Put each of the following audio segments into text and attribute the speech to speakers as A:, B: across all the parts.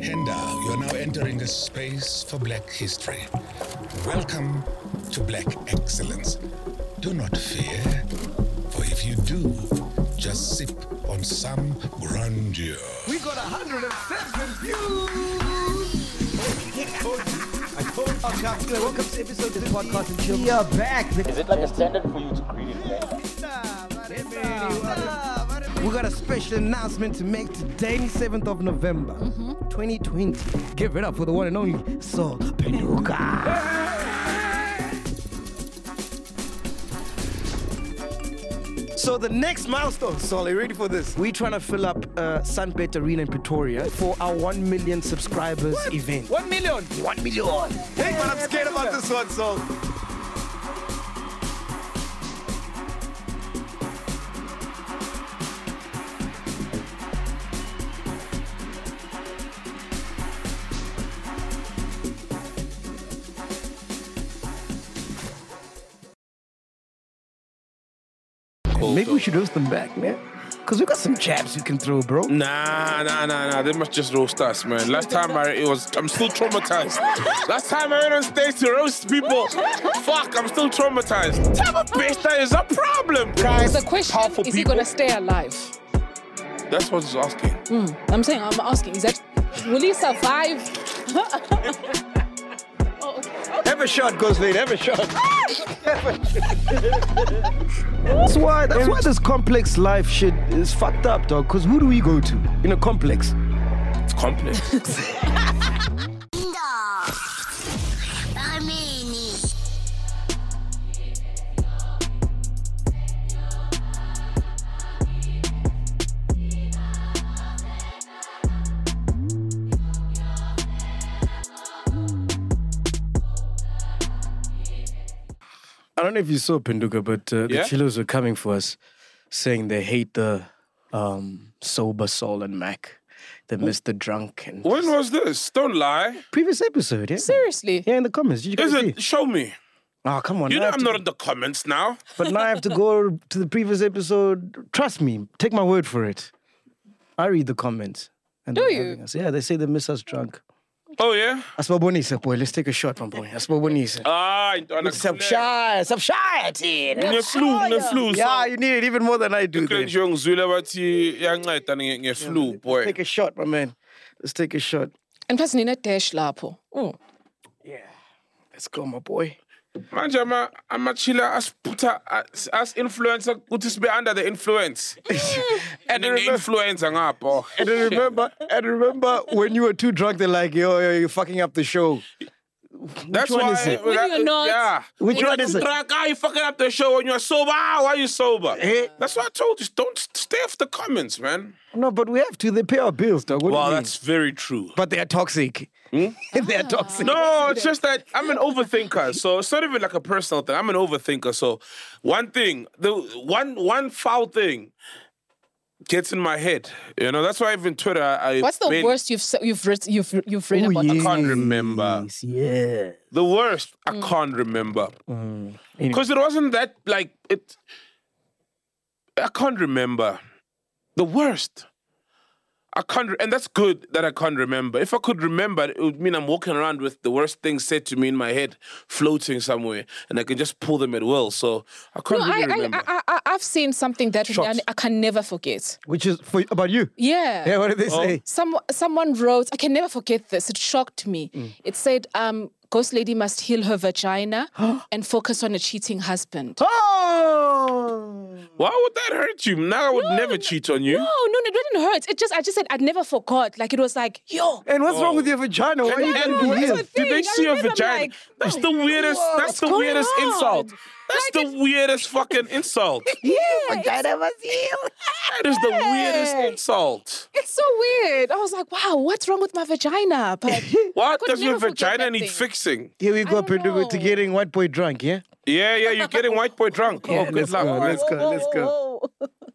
A: Henda, you're now entering the space for black history. Welcome to Black Excellence. Do not fear, for if you do, just sip on some grandeur.
B: We got 107 views! Okay, welcome to episode of the podcast and chill.
C: We are back.
D: Is it like a standard for you to create it? man?
B: We got a special announcement to make today, 7th of November, 2020. Give it up for the one and only Saul Penuka. So the next milestone, Saul, are you ready for this? We're trying to fill up uh, Sunbet Arena in Pretoria for our 1 million subscribers event. 1 million? 1 million. Hey, but I'm scared about this one, Saul. Maybe we should roast them back, man. Because we got some jabs you can throw, bro.
E: Nah, nah, nah, nah. They must just roast us, man. Last time I it was I'm still traumatized. Last time I went on stage to roast people. Fuck, I'm still traumatized. Type of bitch that is a problem, guys.
F: The question
E: Powerful
F: is he
E: people.
F: gonna stay alive?
E: That's what he's asking.
F: I'm saying I'm asking, is that will he survive? oh, okay.
B: Every shot goes late, every shot. that's why that's why this complex life shit is fucked up, dog. Cause who do we go to in a complex?
E: It's complex.
G: Armeni.
C: I don't know if you saw Pinduka, but uh, the
E: Yeah?
C: chilos were coming for us, saying they hate the um, sober Saul and Mac. They miss the drunk and
E: when was this? Don't lie.
C: previous episode. Yeah,
F: Seriously.
C: yeah, in the comments. Did you guys
E: Is
C: see?
E: it? Show me.
C: Oh, come on.
E: You
C: now
E: know
C: I have
E: I'm
C: to-
E: not in the comments now.
C: But now I have to go to the previous episode. Trust me, take my word for it. I read the comments. And
F: Do
C: they're
F: you?
C: having us. Yeah, they say they miss us drunk.
E: Oh yeah.
C: Asbabonisa, boy. Let's take a shot, my boy. Asbabonisa.
E: Ah, on a
C: Sub shy, sub shy,
E: Neflu, neflu.
C: Yeah, you need it even more than I do. then.
E: Klenjwe ngizwile bathi iyanceda nge- ngeflu
C: Let's
E: boy.
C: take a shot, my man. Let's take a shot.
F: And plus Nina Dash Lapo. Oh.
C: Let's go, my boy.
E: Manje ama amachila asiputha as, as influencer ukuthi sibe under the influence.
F: Mm.
E: And an influencer ngapho.
C: And then remember, and remember when you were too drunk, they're like, yo, yo, you're fucking up the show.
E: That's
C: one
E: why
C: is it?
F: When you're not-
E: Yeah.
C: Which
E: When
C: one
E: you're
C: is it?
E: Drunk, ah, you fucking up the show when you're sober. Ah, why are you sober?
C: Eh?
E: That's why I told you don't s- stay off the comments, man.
C: No, but we have to. They pay our bills, dog. What do you
E: Well,
C: mean?
E: that's very true.
C: But they are toxic. they are toxic.
E: No, it's just that I'm an overthinker. So it's not even like a personal thing. I'm an overthinker. So one thing, the one one foul thing gets in my head. You know, that's why even Twitter I
F: What's the
E: been-
F: worst you've se- you've read you've you've read
C: Oh,
F: about
C: yeah.
F: the
E: I can't remember.
C: Yeah.
E: The worst, I
F: Mm.
E: can't remember.
C: Anyway.
E: Because it wasn't that, like, it. I can't remember. The worst. I can't, re- and that's good that I can't remember. If I could remember, it would mean I'm walking around with the worst things said to me in my head, floating somewhere, and I can just pull them at will. So I
F: No,
E: can't
F: I,
E: really
F: I,
E: remember.
F: I, I, I've seen something that
E: Shots.
F: I can never forget.
C: Which is for about you.
F: Yeah.
C: Yeah, what did they say?
F: Some, someone wrote, I can never forget this. It shocked me.
E: Mm.
F: It said, um, Ghost lady must heal her vagina
E: Oh.
F: and focus on a cheating husband.
C: Oh!
E: Why would that hurt you? Now I would
F: No,
E: never
F: no,
E: cheat on you.
F: No, no, no, it didn't hurt. It just, I just said, I'd never forgot. Like, it was like, yo.
C: And what's wrong with your vagina? Why are you
E: And
C: going to be
F: that's
C: here?
F: what-
E: did they
F: thing. I
E: see your
F: remember,
E: vagina?
F: like,
E: that's the weirdest.
F: whoa,
E: that's the
F: what's going
E: weirdest
F: on?
E: insult. That's
F: Like,
E: the weirdest fucking insult.
F: Yeah.
E: Oh That is the weirdest
F: Hey.
E: insult.
F: It's so weird. I was like, wow, what's wrong with my vagina? But
E: Why
F: I could
E: does your
F: never forget
E: vagina
F: that
E: need
F: thing.
E: fixing?
C: Here we go,
F: don't
C: Pinduka, to
F: know.
C: getting white boy drunk, yeah?
E: Yeah, yeah, you're getting white boy drunk. oh, good
C: let's
E: luck.
C: go, let's go,
F: Whoa,
C: let's go.
F: whoa, whoa.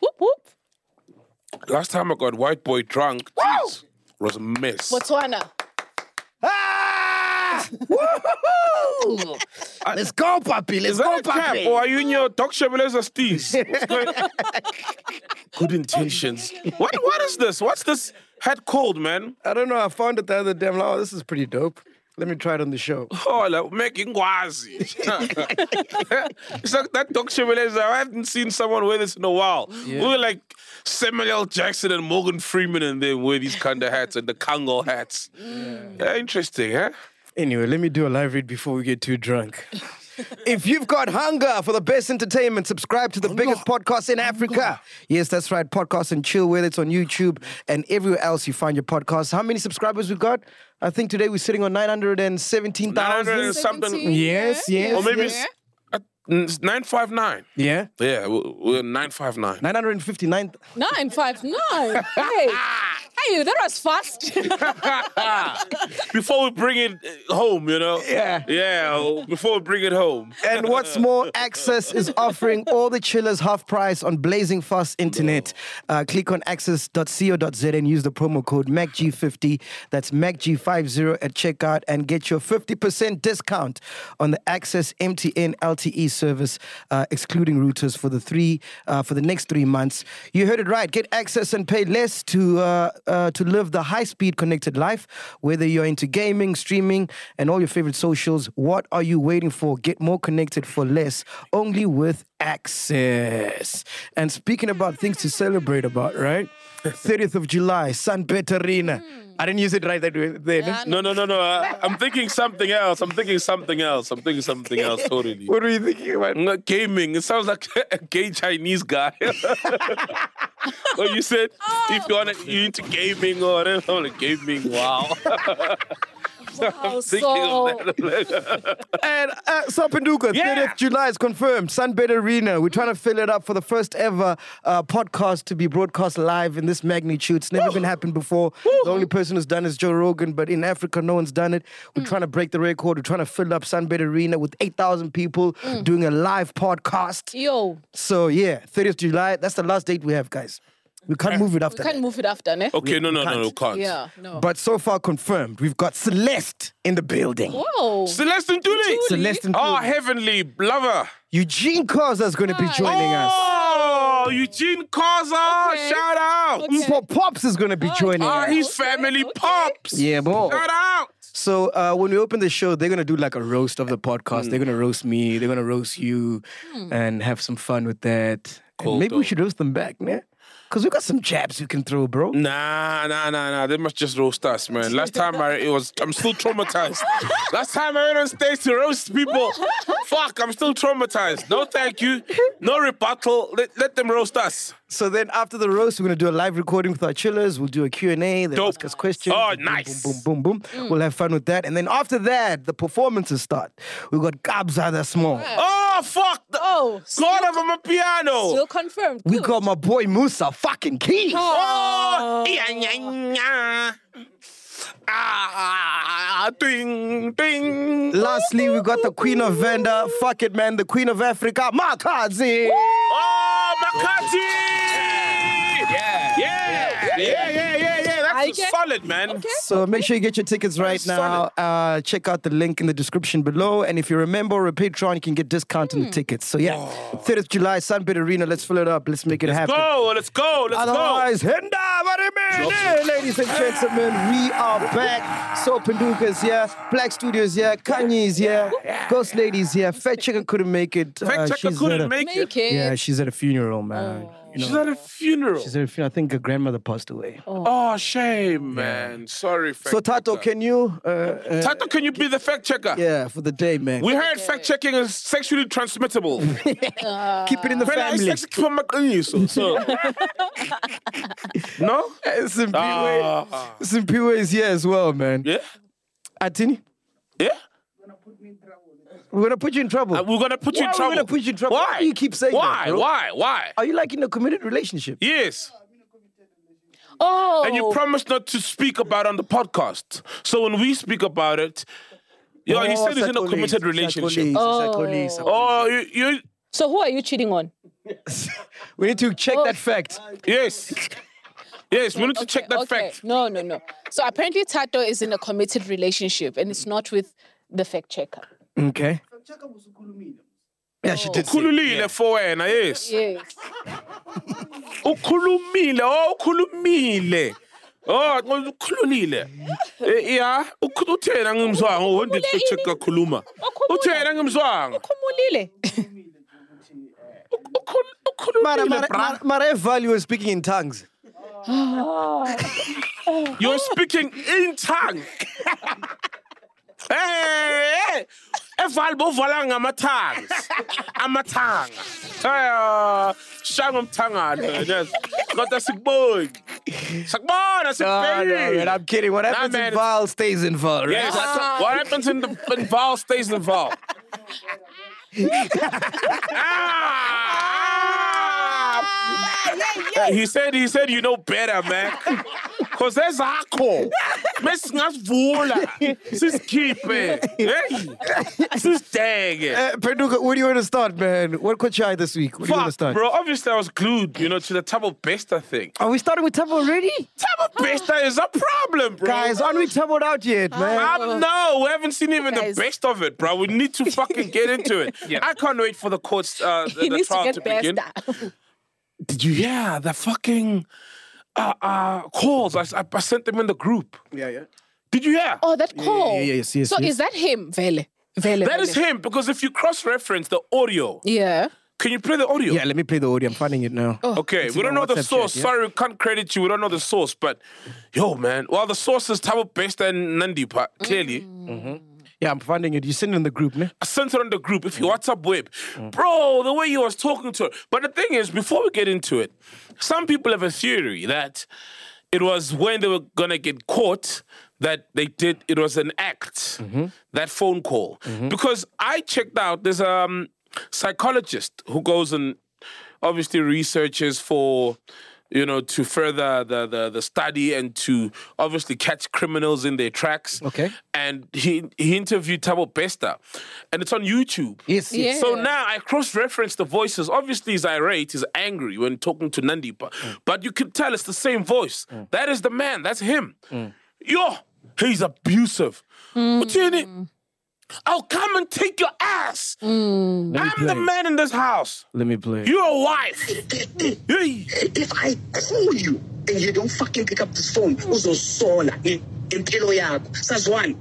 F: whoop, whoop.
E: Last time I got white boy drunk, jeez, was a mess.
F: Botswana.
C: Ah!
H: Yeah! Woohoo! Ah, Let's go, puppy. Let's
E: Is that
H: go,
E: a cap?
H: puppy.
E: Or are you in your talk shop as a steez? Good intentions. What what is this? What's this head cold, man?
C: I don't know. I found it the other day. I'm like, oh, this is pretty dope. Let me try it on the show.
E: Oh, like making guazi. it's like that Doc Chevrolet. I haven't seen someone wear this in a while. We were like Samuel L. Jackson and Morgan Freeman, and they wear these kind of hats and the Kango hats. Yeah, interesting, huh?
H: Anyway, let me do a live read before we get too drunk.
C: If you've got hunger for the best entertainment, subscribe to the biggest podcast in Africa. Yes, that's right. Podcast and chill, whether it's on YouTube and everywhere else you find your podcast. How many subscribers we got? I think today we're sitting on
E: 900
C: 917,000.
E: and something.
F: 17,
H: Yes,
F: yeah,
H: yes,
E: Or maybe
F: yeah.
E: it's uh, n- 959.
H: Yeah?
E: Yeah, we- we're 959.
C: 959.
F: Nine five nine. Hey, hey, that was fast.
E: before we bring it uh, home, you know?
C: Yeah.
E: Yeah, oh, before we bring it home.
C: And what's more, Access is offering all the chillers half price on blazing fast internet. Uh, click on access.co.z and use the promo code MacG50. That's MacG50 at checkout and get your 50% discount on the Access MTN LTE service, uh, excluding routers for the three uh, for the next three months. You heard it right. Get access and pay less to uh, uh, to live the high speed connected life. Whether you're into gaming, streaming, and all your favorite socials, what are you waiting for? Get more connected for less, only with Access. And speaking about things to celebrate about, right? 30th of July, San Peterina. I didn't use it right that way then.
E: No, no, no, no. I, I'm thinking something else. I'm thinking something else. I'm thinking something else totally.
C: What are you thinking about?
E: Not gaming. It sounds like a gay Chinese guy. well, you said
F: Oh.
E: if you want to, you into gaming or whatever. I'm like, gaming. Wow.
F: Wow,
E: Thinking
F: so
E: of that.
C: And uh, Sapanduka,
E: Yeah.
C: 30th July is confirmed. Sunbed Arena. We're trying to fill it up for the first ever uh, podcast to be broadcast live in this magnitude. It's never been happened before. The only person who's done it is Joe Rogan, but in Africa, no one's done it. We're
F: Mm.
C: trying to break the record. We're trying to fill up Sunbed Arena with 8,000 people
F: Mm.
C: doing a live podcast.
F: yo,
C: So, yeah, 30th July. That's the last date we have, guys. We can't move it after
F: we can't
C: that.
F: move it after, ne?
E: okay, no, no, no, no,
C: Can't.
E: can't.
F: Yeah, no.
C: But so far confirmed, we've got Celeste in the building.
F: Whoa.
E: Celestin Dulik.
C: Celeste and
E: Oh,
C: Dulik.
E: heavenly lover.
C: Eugene Causa's going to be
F: Hi.
C: joining us.
E: Oh, Eugene Koza.
F: Okay.
E: Shout out.
F: Okay.
C: Mpo Pops is going to be joining
E: Oh,
C: us.
E: he's
F: Okay,
E: family
F: okay.
E: pops.
C: Yeah, boy.
E: Shout out.
C: So uh, when we open the show, they're gonna do like a roast.
H: Roast of the podcast. They're going to roast me. They're going to roast you and have some fun with that.
C: And
E: Cool,
C: maybe we
E: dope.
C: should roast them back, man. Cause we got some jabs you can throw, bro.
E: Nah, nah, nah, nah. They must just roast us, man. Last time I it was I'm still traumatized. Last time I went on stage to roast people. Fuck, I'm still traumatized. No thank you. No rebuttal. Let, let them roast us.
C: So then after the roast, we're gonna do a live recording with our chillers. We'll do a Q and A. They
E: Dope.
C: ask us questions.
E: Oh,
C: Boom,
E: nice.
C: Boom, boom, boom, boom. We'll have fun with that. And then after that, the performances start. We got Gabza the small.
E: Oh fuck! The,
F: Oh,
E: God of a piano!
F: Still confirmed.
C: We
F: Good.
C: got my boy Musa fucking Key.
E: Oh, yeah, yeah, yeah. Ah, ding, ding.
C: Lastly, we got the Queen of Venda. Fuck it, man. The Queen of Africa, Makazi.
E: Oh, Makati! Yeah. Yeah. Yeah. Yeah. Yeah. Yeah.
F: I
E: That's
F: get-
E: solid, man.
C: So make sure you get your tickets right now.
E: solid.
C: Uh, check out the link in the description below. And if you're a member or a Patreon, you can get discount
E: Hmm.
C: on the tickets. So yeah, 30th July, Sunbed Arena. Let's fill it up. Let's make it happen.
E: Go. Let's go. Ah, Let's go.
C: Otherwise, Henda, what do you mean? Hey, ladies and gentlemen, we are back. So Panduka's here, Black Studios here, Kanye's here, Ghost Ladies here, Fat Chicken couldn't make it. Uh,
E: Fact checker
C: she's at
E: couldn't
C: a-
E: make it. Oh.
F: Make it.
C: Yeah, she's at a funeral, man. You know,
E: She's at a funeral.
C: she's at a funeral. I think her grandmother passed away.
E: Oh, shame, man. Sorry, fact
C: So Tato,
E: checker.
C: can you? Uh, uh,
E: Tato, can you be the fact checker?
C: yeah, for the day, man.
E: We heard fact checking is sexually transmittable.
C: Keep it in the
E: Well, I
C: family.
E: sex- for my- so, so. no?
C: Simpiwe
E: Ah.
C: Simpiwe Uh, is here as well, man.
E: yeah?
C: Atini,
E: Yeah?
C: we're gonna put you in trouble.
E: Uh, We're gonna put
C: Why
E: you in
C: are we
E: trouble.
C: gonna put you in trouble?
E: Why?
C: Why do you keep saying that,
E: Why?
C: bro?
E: Why? Why?
C: Are you like in a committed relationship?
E: Yes.
F: Oh.
E: And you promised not to speak about it on the podcast. So when we speak about it, yeah, he said he's in a committed relationship.
C: Oh.
E: Oh, you, you
F: so who are you cheating on?
C: We need to check
E: Oh.
C: that fact.
E: yes. Yes, we need to check that
F: okay.
E: fact.
F: No, no, no. So apparently Tato is in a committed relationship and it's not with the fact checker.
C: Okay. Yeah, she did. say-
E: ukhululile for wena yes
F: Yes.
E: ukhulumile oh ukhulumile oh nqondo ukhululile Eh, ya ukhu- uthena oh, ngimzwango wonde check kakhuluma uthena ngimzwango
F: Khumulile.
E: Ukhul-
B: Mara,
E: ukhulumile
B: Mara,
E: bra
B: Mara, Mara Value is speaking in tongues.
E: you're speaking in tongue hey evali bovala ngamathanga amathanga eh shanga umthangana yes kodwa sikuboni sakubona
B: Ah, no, man,
E: sikubhekile
B: I'm kidding. What happens
E: man,
B: in
E: it's-
B: Val stays in Val, right?
E: Yes. What happens in the in Val stays in Val. Ah! He said, he said, you know better, man. Cause that's our call. Mesingasivula. Sisikhiphe. Hey. Sisidenge.
C: Eh,
B: Uh, Perduka, where do you want to start, man? What caught your eye this week? Where do you want to start?
E: Fuck, bro. Obviously, I was glued, you know, to the Tabo Besta thing.
B: Are we starting with Tabo already?
E: Tabo Besta is a problem, bro.
B: Guys, aren't we Taboed out yet, man?
E: Um, no, we haven't seen even
F: Guys.
E: the best of it, bro. We need to fucking get into it. I can't wait for the courts, uh, the,
F: He
E: the
F: needs to
E: trial to,
F: get
E: begin.
F: best.
E: Did you hear the fucking uh, uh, calls? I, s- I- I sent them in the group.
C: Yeah, yeah.
E: Did you hear?
F: Oh, that call.
C: yeah, yes, yes,
F: So
C: yes.
F: is that him? Vele. Vele.
E: that is
F: Vele.
E: him because if you cross-reference the audio,
F: Yeah.
E: can you play the audio?
C: Yeah, let me play the audio. I'm finding it now.
E: Okay, we
C: in
E: don't
C: our
E: know the
C: WhatsApp
E: source.
C: chat, yeah?
E: Sorry, we can't credit you. We don't know the source, but yo, man. Well, the source is Tabo Besta and Nandipa, clearly.
C: Yeah, I'm finding it. You send it in the group, ne?
E: I sent it on the group. If you WhatsApp web, bro, the way you was talking to her. But the thing is, before we get into it, some people have a theory that it was when they were gonna get caught that they did. It was an act that phone call because I checked out. There's a um, psychologist who goes and obviously researches for you know to further the, the the study and to obviously catch criminals in their tracks
C: Okay.
E: and he he interviewed Tabo Besta, and it's on YouTube.
C: Yes, yes.
F: Yeah.
E: So now I cross-reference the voices. Obviously, he's irate, he's angry when talking to Nandipa, but you can tell it's the same voice. That is the man. That's him. Yo, he's abusive. Uthini, I'll come and take your ass. I'm the
C: play.
E: man in this house.
C: Let me play.
E: You're a wife. Hey.
G: if I call you and you don't fucking pick up this phone, uzosola nge- impilo yakho. Sazwani?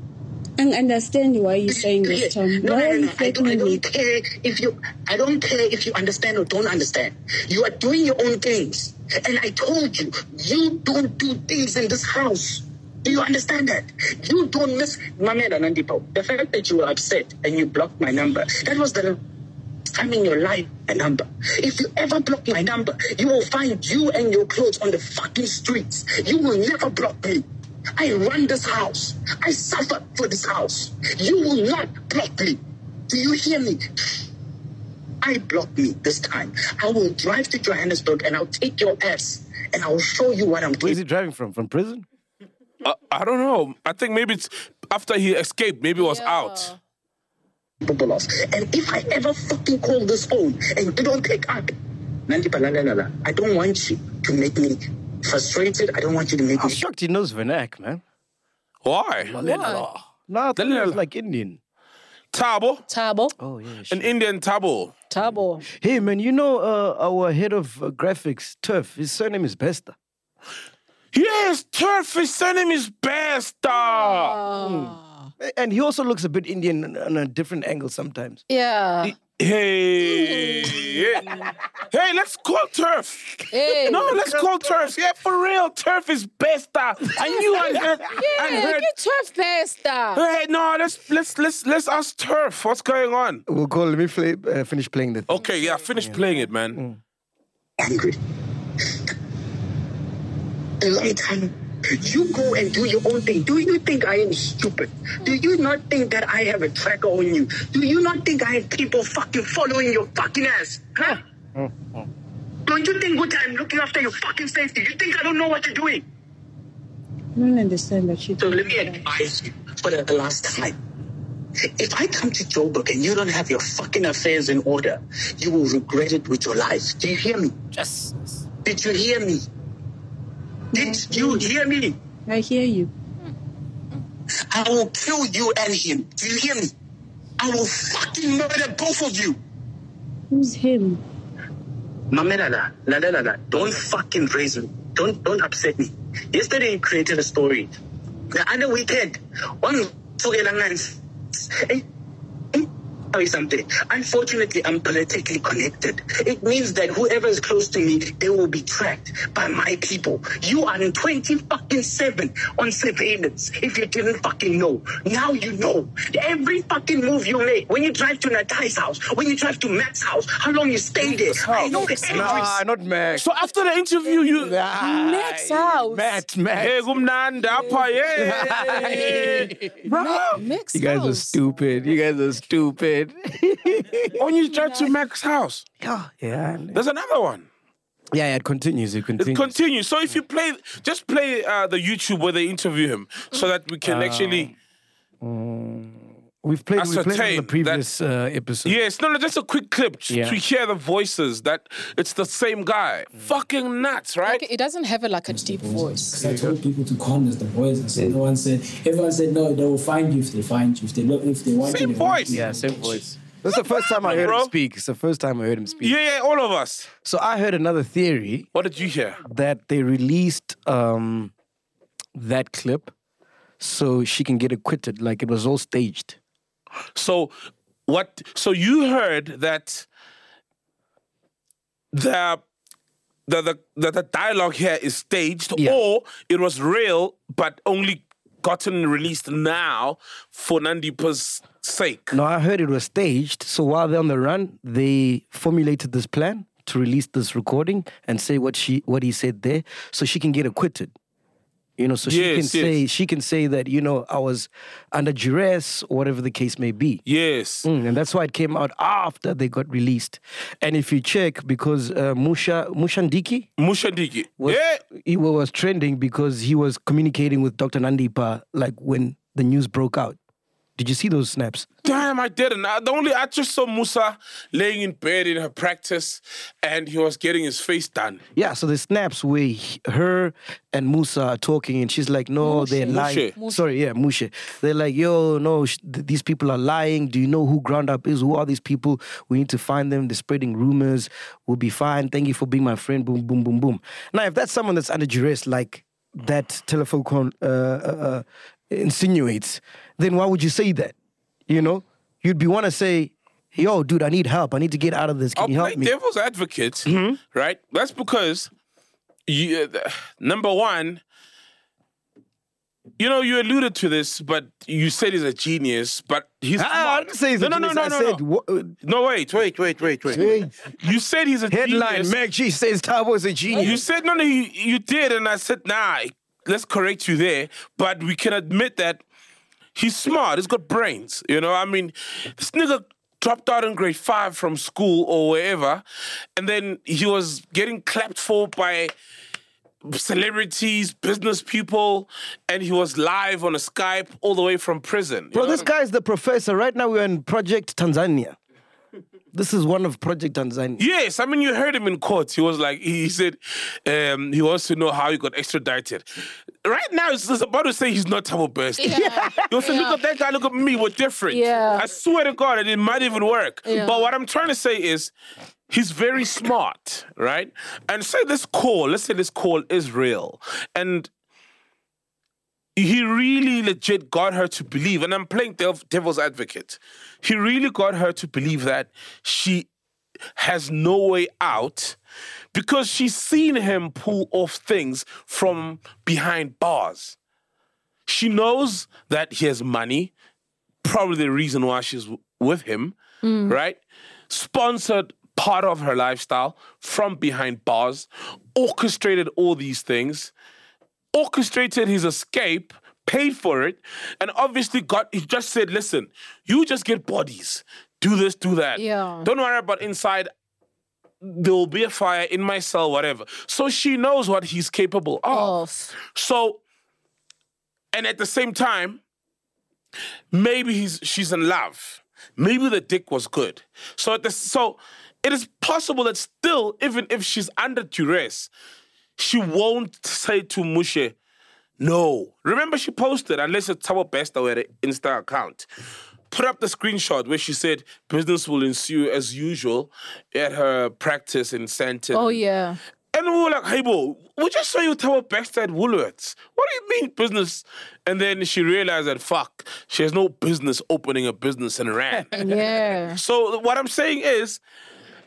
I: I understand why you're saying
G: Yeah.
I: this, Tom.
G: No,
I: Why
G: no,
I: are
G: no,
I: you
G: no. I don't, I
I: threatening me?
G: don't care if you. I don't care if you understand or don't understand. You are doing your own things, and I told you, you don't do things in this house. Do you understand that? You don't miss Mamela Nandipo. The fact that you were upset and you blocked my number. That was the time in your life a number. If you ever block my number, you will find you and your clothes on the fucking streets. You will never block me. I run this house. I suffer for this house. You will not block me. Do you hear me? I block me this time. I will drive to Johannesburg and I'll take your ass and I will show you what I'm
C: Where
G: doing.
C: is he driving from? From prison?
E: I, I don't know. I think maybe it's after he escaped. Maybe it was out.
G: capable of. And if I ever fucking call this phone and you don't pick up, Nandi Balalalala, I don't want you to make me frustrated. I don't want you to make
C: I'm
G: me.
C: shocked he knows Vernac, man.
E: Why?
F: What?
C: No, I thought he was
E: Lala.
C: like Indian.
E: Tabo,
F: Tabo.
C: Oh, yeah.
E: an Indian tabo.
F: Tabo.
C: Hey, man, you know uh, our head of uh, graphics, Turf, his surname is Besta.
E: Yes, turf is sending his best. Uh.
C: A- And he also looks a bit Indian on a different angle sometimes.
F: Yeah.
E: Hey, hey, let's call turf.
F: Hey.
E: No, let's call turf. Yeah, for real, turf is best. Uh. I knew I heard. I
F: Hey,
E: heard.
F: get your pasta.
E: Hey, no, let's let's let's let's ask turf. What's going on?
C: We'll call, let me play, uh, finish playing the thing.
E: Okay, yeah, finish playing it, man.
G: angry. A long time. You go and do your own thing. Do you think I am stupid? Do you not think that I have a tracker on you? Do you not think I have people fucking following your fucking ass? Huh? Don't you think what I'm looking after your fucking safety? You think I don't know what you're doing?
I: I don't understand that shit.
G: So let me advise you for the last time. If I come to Joburg and you don't have your fucking affairs in order, you will regret it with your life. Do you hear me?
F: Yes.
G: Did you hear me? Did you hear me?
I: I hear you.
G: I will kill you and him. Do you hear me? I will fucking murder both of you.
I: Who's him?
G: Mamelala, la la la la, don't fucking raise me. Don't don't upset me. Yesterday you created a story. The other weekend, one tell you something. Unfortunately, I'm politically connected. It means that whoever is close to me, they will be tracked by my people. You are in twenty fucking seven on surveillance. If you didn't fucking know, now you know. Every fucking move you make, when you drive to Natai's house, when you drive to Max's house, how long you stay there. I know every
B: Nah, not Max.
E: So after the interview, you.
F: Max house.
B: Matt,
E: Hey,
B: Max.
E: Gumnanda, apa, yeah. Bro,
F: Max
C: You guys are
F: house.
C: stupid. You guys are stupid.
E: when you drive to Mac's house,
C: yeah, yeah,
E: there's another one.
C: yeah. It continues. It
E: It
C: continues.
E: continues. So if you play, just play uh, the YouTube where they interview him, so that we can
C: Ah.
E: actually.
C: we've played. We played on the
E: ascertain
C: previous uh, episode.
E: Yes, no, no, just a quick clip t-
C: Yeah. Mm.
E: to hear the voices. That it's the same guy. Fucking nuts, right?
F: Like, it doesn't have a, like a deep
C: Mm-hmm.
F: voice.
J: I told people to harness the voice. I said, no one said, everyone said, no, they will find you if they find you. If they look, if they want
E: Same
J: you. they want
E: voice.
J: you."
C: Yeah, same voice. That's the first time I heard
E: Bro.
C: him speak. It's the first time I heard him speak.
E: Yeah, yeah, all of us.
C: So I heard another theory
E: What did you hear?
C: that they released um, that clip so she can get acquitted. Like it was all staged.
E: So what? So you heard that the the the, the, the dialogue here is staged,
C: Yeah.
E: or it was real but only gotten released now for Nandipa's sake.
C: No, I heard it was staged. So while they're on the run, they formulated this plan to release this recording and say what she what he said there, so she can get acquitted. You know, so she
E: Yes,
C: can
E: yes.
C: say she can say that you know I was under duress, or whatever the case may be.
E: Yes.
C: Mm, and that's why it came out after they got released. And if you check, because uh, Musha Mushandiki
E: Mushandiki.
C: was,
E: yeah.
C: he wa- was trending because he was communicating with Dr. Nandipa like when the news broke out. Did you see those snaps?
E: Damn, I didn't. I, the only I just saw Musa laying in bed in her practice, and he was getting his face done.
C: Yeah, so the snaps where he- her and Musa are talking, and she's like, "No, they're lying."
E: Mushe.
C: Sorry, yeah, Mushe. They're like, "Yo, no, sh- th- these people are lying. Do you know who Ground Up is? Who are these people? We need to find them. They're spreading rumors. We'll be fine. Thank you for being my friend." Boom, boom, boom, boom. Now, if that's someone that's under duress, like that telephone con- uh, uh, uh, insinuates, then why would you say that? You know, you'd be want to say, "Yo, dude, I need help. I need to get out of this. Can
E: I'll
C: you help
E: play
C: me?" Mm-hmm.
E: devil's advocate, right? That's because you, uh, th- number one, you know, you alluded to this, but you said he's a genius, but he's
C: Ah, I
E: smart.
C: didn't say he's
E: no,
C: a
E: no, no,
C: genius.
E: no,
C: I
E: no,
C: said,
E: no.
C: "Wha- uh,
E: No, wait, wait, wait, wait, wait. You said he's a
C: Headline:
E: genius.
C: Mac G says Tybo's a genius.
E: You said no, no, you, you did, and I said nah. Let's correct you there, but we can admit that he's smart. He's got brains. You know, I mean, this nigga dropped out in grade five from school or wherever, and then he was getting clapped for by celebrities, business people, and he was live on a Skype all the way from prison. You
C: Bro,
E: know
C: this
E: what
C: guy is the professor. Right now, we're in Project Tanzania. This is one of Project Tanzania.
E: I'm- Yes, I mean you heard him in court. He was like, he he said, um, he wants to know how he got extradited. Right now, he's he's about to say he's not Tabo Best.
F: Yeah.
E: You also look at that guy, look at me, we're different.
F: Yeah.
E: I swear to God, and it might even work.
F: Yeah.
E: But what I'm trying to say is, he's very smart, right? And say this call, let's say this call is real. And he really legit got her to believe, and I'm playing dev- devil's advocate. He really got her to believe that she has no way out because she's seen him pull off things from behind bars she knows that he has money, probably the reason why she's w- with him, right? Sponsored part of her lifestyle from behind bars, orchestrated all these things, orchestrated his escape, paid for it, and obviously got, he just said, listen, you just get bodies. Do this, do that.
F: Yeah.
E: Don't worry about inside. There will be a fire in my cell, whatever. So she knows what he's capable of.
F: Off.
E: So, and at the same time, maybe he's she's in love. Maybe the dick was good. So at the, so it is possible that still, even if she's under duress, she won't say to Mushe, No. Remember, she posted, unless it's Tabo Besta with an Insta account, put up the screenshot where she said business will ensue as usual at her practice in Santon.
F: Oh yeah.
E: And we were like, hey, bro, we just saw you tell her Baxter at Woolworths. What do you mean business? And then she realized that, fuck, she has no business opening a business in Iran.
F: Yeah.
E: so what I'm saying is,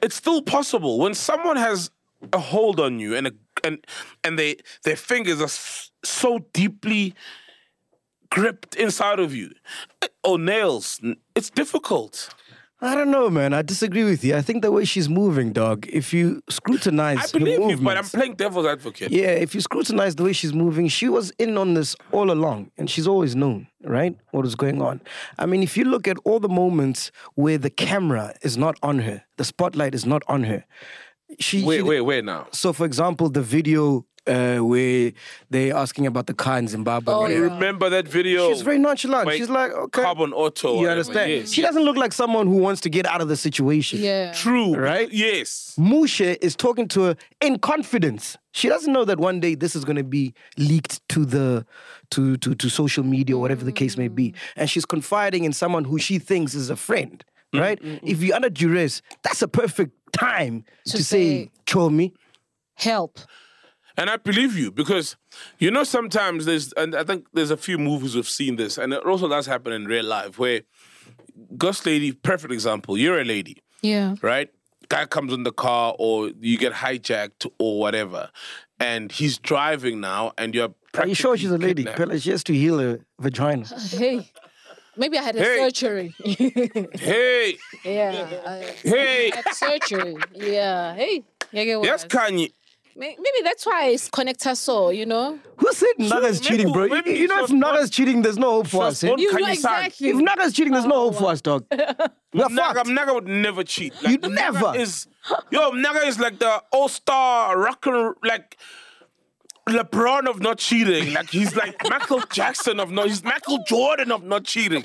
E: it's still possible when someone has a hold on you and a, and and they their fingers are s- so deeply gripped inside of you eh, or nails. It's difficult.
C: I don't know, man. I disagree with you. I think the way she's moving, dog. If you scrutinize,
E: I
C: her
E: believe you, but I'm
C: movements-
E: playing devil's advocate.
C: Yeah, if you scrutinize the way she's moving, she was in on this all along, and she's always known, right? What was going on. I mean, if you look at all the moments where the camera is not on her, the spotlight is not on her. She
E: Wait,
C: she-
E: wait, wait now.
C: So, for example, the video uh, where they're asking about the car in Zimbabwe.
F: Oh,
C: whatever.
E: You remember that video?
C: uh, She's very nonchalant.
E: Wait,
C: She's like, okay.
E: Carbon Auto. or
C: you
E: whatever.
C: understand?
E: Yes.
C: She doesn't look like someone who wants to get out of the situation.
F: Yeah.
E: True.
C: Right?
E: Yes.
C: Musha is talking to her in confidence. She doesn't know that one day this is going to be leaked to the to, to to social media or whatever the case may
F: Mm.
C: be, and she's confiding in someone who she thinks is a friend.
E: Mm,
C: Right? If you're under duress, that's a perfect time to, say,
F: say-
C: "Show me."
F: Help.
E: And I believe you because, you know, sometimes there's, and I think there's a few movies we've seen this, and it also does happen in real life where Ghost Lady, perfect example, you're a lady,
F: Yeah.
E: right? Guy comes in the car or you get hijacked or whatever, and he's driving now, and you're.
C: Are you sure she's a lady?
E: practically
C: Pella, She has to heal her vagina.
F: Uh, Hey. Maybe I had a
E: Hey.
F: surgery.
E: kidnapped. Hey,
F: yeah. I
E: hey,
F: had surgery. Yeah. Hey. Yeah, yeah,
E: yes,
F: well,
E: Kanye.
F: may- Maybe that's why it's connector so, you know.
C: Who said Naga's
E: maybe-
C: cheating, bro? You-
E: maybe
C: you know, if
E: she's not-
C: Naga's cheating, there's no hope for us.
E: Just
C: eh?
E: one
F: You know
E: Kanye-san.
F: exactly.
C: If Naga's cheating, there's no hope for us, dog. We're
E: Naga,
C: fucked.
E: Naga would never cheat.
C: You'd
E: Naga
C: never.
E: Is, yo, Naga is like the all star rock and like LeBron of not cheating. Like he's like Michael Jackson of not. He's Michael Jordan of not cheating.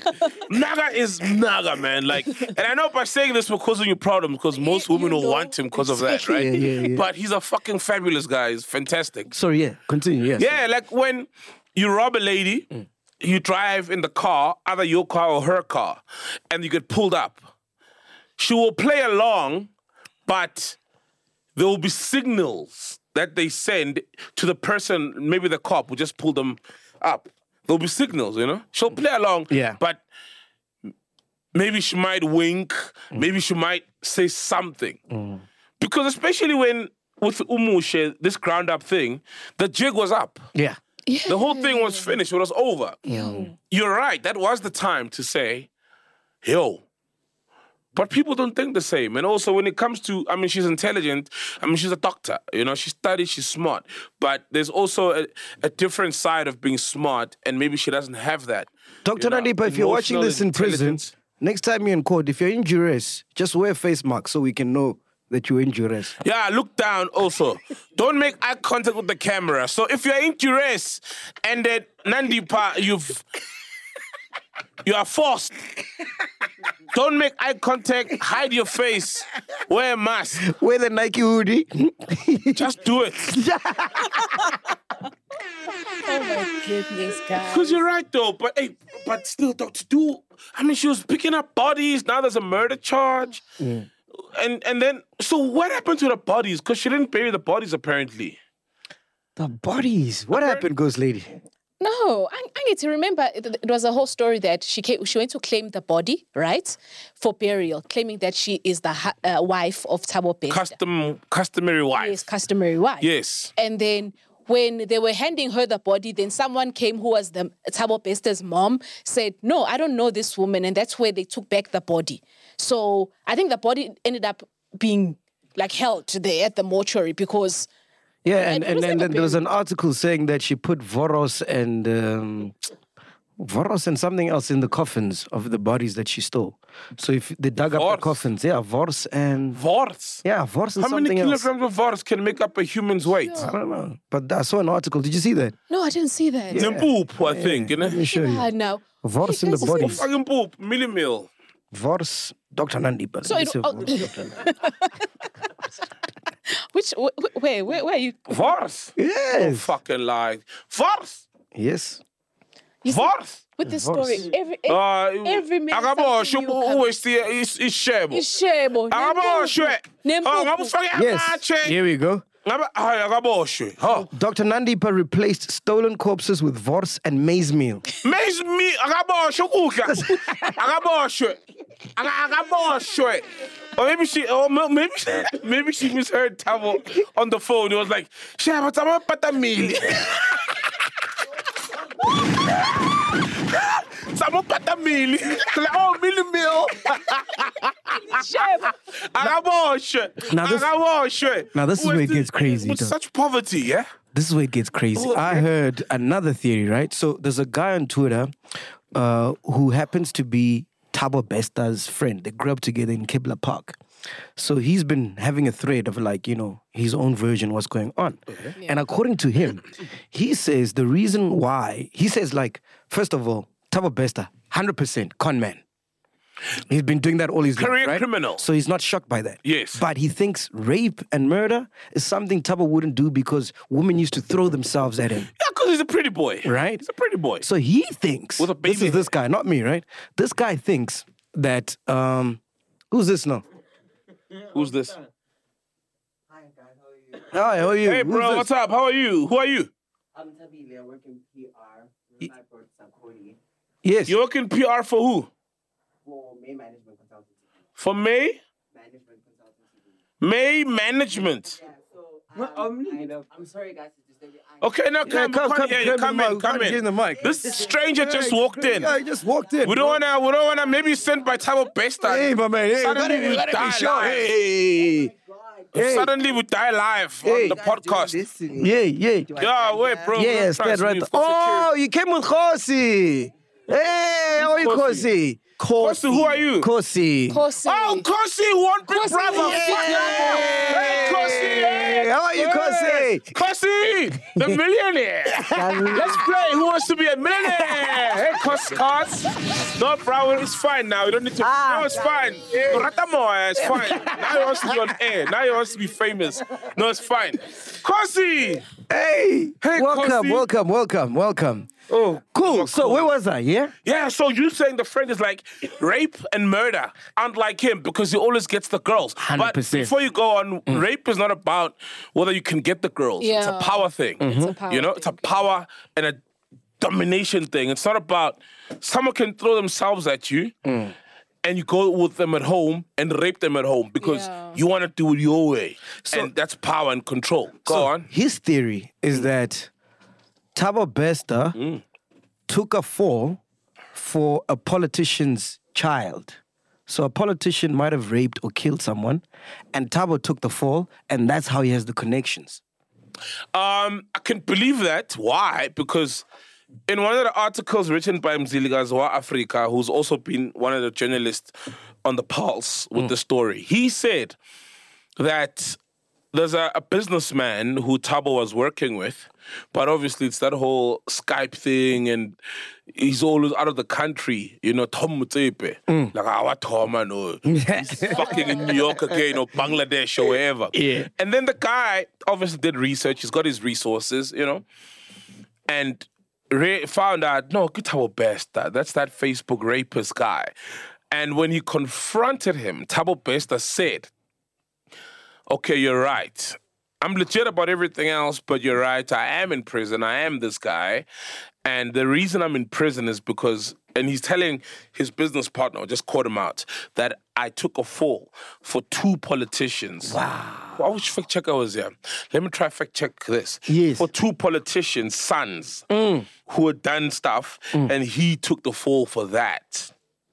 E: Naga is Naga, man. Like, and I know by saying this we're causing you problems because most women
F: you
E: will
F: know.
E: want him because of that, right?
C: Yeah, yeah, yeah.
E: But he's a fucking fabulous guy. He's fantastic.
C: Sorry, yeah. Continue, yes.
E: Yeah, like when you rob a lady,
C: Mm.
E: you drive in the car, either your car or her car, and you get pulled up. She will play along, but there will be signals that they send to the person, maybe the cop will just pull them up. There'll be signals, you know? She'll play along,
C: Yeah.
E: but maybe she might wink, maybe she might say something. Because especially when with Umushe, this ground up thing, the jig was up.
C: Yeah.
E: The whole thing was finished. It was over. You're right. That was the time to say, yo. But people don't think the same. And also, when it comes to, I mean, she's intelligent. I mean, she's a doctor. You know, she studied, she's smart. But there's also a, a different side of being smart, and maybe she doesn't have that.
C: Dr.
E: know,
C: Nadipa, if you're watching
E: emotional
C: this in prison,
E: intelligence.
C: next time you're in court, if you're in duress, just wear a face mask so we can know that you're in duress.
E: Yeah, look down also. Don't make eye contact with the camera. So if you're in duress and then Nandipa, you've you are forced. Don't make eye contact, hide your face, wear a mask.
C: Wear the Nike hoodie.
E: Just do it.
F: Oh, Goodness,
E: Because you're right though, but hey, but still though, to do I mean she was picking up bodies, now there's a murder charge. And and then so what happened to the bodies? Because she didn't bury the bodies apparently.
C: the bodies. What happened, Ghost Lady?
F: No, I, I need to remember it, it was a whole story that she came, she went to claim the body, right, for burial, claiming that she is the hu- uh, wife of Tabo Besta.
E: Custom customary wife.
F: Yes, customary wife.
E: Yes.
F: And then when they were handing her the body, then someone came who was the Tabo Besta's mom, said, No, I don't know this woman. And that's where they took back the body. So I think the body ended up being like held there at the mortuary because
C: Yeah, and,
F: it
C: and,
F: was
C: and
F: never
C: then there was an article saying that she put Voros and um, Voros and something else in the coffins of the bodies that she stole. So if they dug up
E: Voros?
C: the coffins, yeah, Voros and
E: Vorts.
C: yeah, Voros and
E: How many
C: something else.
E: kilograms of vorts can make up a human's weight?
C: I don't know, but I saw an article. Did you see that?
F: no, I didn't see that.
E: Then poop, I think. You know?
C: Let me show you.
F: Ah, no.
C: Voros in the
F: Hey, guys,
C: bodies.
E: Fucking poop, milli meal.
C: Vors, Dr. Nandi. But
F: So
C: let me
F: it-
C: say
F: oh.
C: Vors, Dr. Nandi.
F: Which wh- wh- where where where are you?
E: Vorts.
C: yes.
E: Fucking lie. Vorts.
C: Yes.
F: You see,
E: Vars?
F: with this
C: Divorce.
F: story, every every,
E: Ah,
F: every man
E: akaboshwe
F: something new
E: ubu-
F: comes.
E: uwesiye is- ishebo.
F: Ishebo,
E: Akaboshwe.
F: nempuphu,
E: Oh,
F: nempuphu.
E: ngabufake
C: Yes.
E: amatshe.
C: Here we go.
E: Ngabe hayi akaboshwe. Ho.
C: Dr. Nandipa replaced stolen corpses with vorse and maize meal.
E: Maze me akaboshwe ukudla. Akaboshwe. Aka- Akaboshwe. Or maybe she, or ma- maybe she, maybe she misheard Tavo on the phone. It was like, "Sheba, Tavo patamili." Tavo patamili. Like, oh, mili meal.
F: Ishebo.
E: Akaboshwe.
C: Now this-
E: Akaboshwe.
C: now this is
E: Who
C: where
E: is
C: it gets
E: the-
C: crazy,
E: With
C: dog.
E: such poverty, yeah.
C: This is where it gets crazy.
E: Oh,
C: I heard another theory, right? So there's a guy on Twitter uh, who happens to be Tabo Besta's friend. They grew up together in Kibla Park. So he's been having a thread of like, you know, his own version what's going on. And according to him, he says the reason why, he says, like, first of all, Tabo Besta, 100% con man. He's been doing that all his
E: Career
C: life. Right?
E: criminal.
C: So he's not shocked by that.
E: Yes.
C: But he thinks rape and murder is something Tabo wouldn't do because women used to throw themselves at him.
E: Yeah, because he's a pretty boy.
C: Right.
E: He's a pretty boy.
C: So he thinks
E: With a
C: this
E: baby
C: is this guy, not me, right? This guy thinks that um who's this now?
E: Who's this?
C: Hi, how are you?
E: Hey,
C: Who's
E: bro,
C: this?
E: what's up? How are you? Who are you?
K: I'm Tabile, I work in PR. I work at Sakuri
C: Yes.
E: You're working PR for who?
K: for May Management Consultancy.
E: For May?
K: Management Consultancy.
E: May Management.
K: Yeah, so um, kind of, I'm sorry guys to disturb you. I
E: Okay, now come,
C: come-
E: come,
C: come-
E: yeah, you
C: grab
E: come
C: the
E: in,
C: mic,
E: come
C: get
E: in.
C: in the mic.
E: This stranger just walked in.
C: Yeah, he just walked in.
E: We don't wanna, we don't wanna. Maybe sent by Tabo Besta.
C: Hey, my man. Hey, you
E: suddenly
C: gotta be-
E: we
C: you gotta be
E: die
C: sure.
E: live.
C: Hey.
K: God,
C: Hey.
E: Suddenly we die live on the podcast.
K: this is
C: Yeah, yeah.
E: Yeah, wait, bro.
C: Yeah, yeah,
E: Trust
C: stand right
E: me,
C: there.
E: for
C: Oh, you came with Kosi. Hey, how are you, Kosi?
E: Khosi? Khosi, who are you?
C: Kosi.
F: Kosi.
E: Oh, Kosi won Big
F: Khosi
E: Brother.
F: won Big
E: Hey,
C: Brother.
E: Kosi. hey.
C: How are you,
E: Hey,
C: Kosi?
E: Kosi, the millionaire. Let's play Who Wants to Be a Millionaire? Hey, Kosi, Kosi. No problem. It's fine now. You don't need to. no, it's fine. Ratamoa, it's fine. Now he wants to be on air. Now he wants to be famous. No, it's fine. Kosi.
C: Hey,
E: Hey,
C: welcome,
E: Kosi.
C: welcome, welcome, welcome.
E: Oh,
C: Cool. So where was I? Yeah.
E: Yeah, so you saying the friend is like rape and murder aren't like him because he always gets the girls. But
C: 100%.
E: before you go on, rape is not about whether you can get the girls. It's a
F: Yeah.
E: power thing.
F: It's a power
E: you know, it's a
F: thing.
E: power and a domination thing. It's not about someone can throw themselves at you. And you go with them at home and rape them at home because
F: Yeah.
E: you want to do it your way. and that's power and control. Go
C: So
E: on.
C: His theory is that Tabo Bester took a fall for a politician's child. So a politician might have raped or killed someone, and Tabo took the fall, and that's how he has the connections.
E: Um, I can believe that. Why? Because in one of the articles written by Mzili Gazwa Africa, who's also been one of the journalists on the Pulse with the story, he said that there's a, a businessman who Tabo was working with, but obviously it's that whole Skype thing, and he's always out of the country. You know, Tom Mutsepe, like ah, what Tom, I know, he's fucking in New York again or Bangladesh or wherever.
C: Yeah.
E: And then the guy obviously did research. He's got his resources, you know, and re- found out no, get Tabo Besta. That's that Facebook rapist guy. And when he confronted him, Tabo Besta said okay, you're right. I'm legit about everything else, but you're right. I am in prison. I am this guy. And the reason I'm in prison is because, and he's telling his business partner, I just caught him out, that I took a fall for two politicians. Wow. I wish fact checker was here. Let me try fact check this.
C: Yes.
E: For two politicians' sons who had done stuff, and he took the fall for that.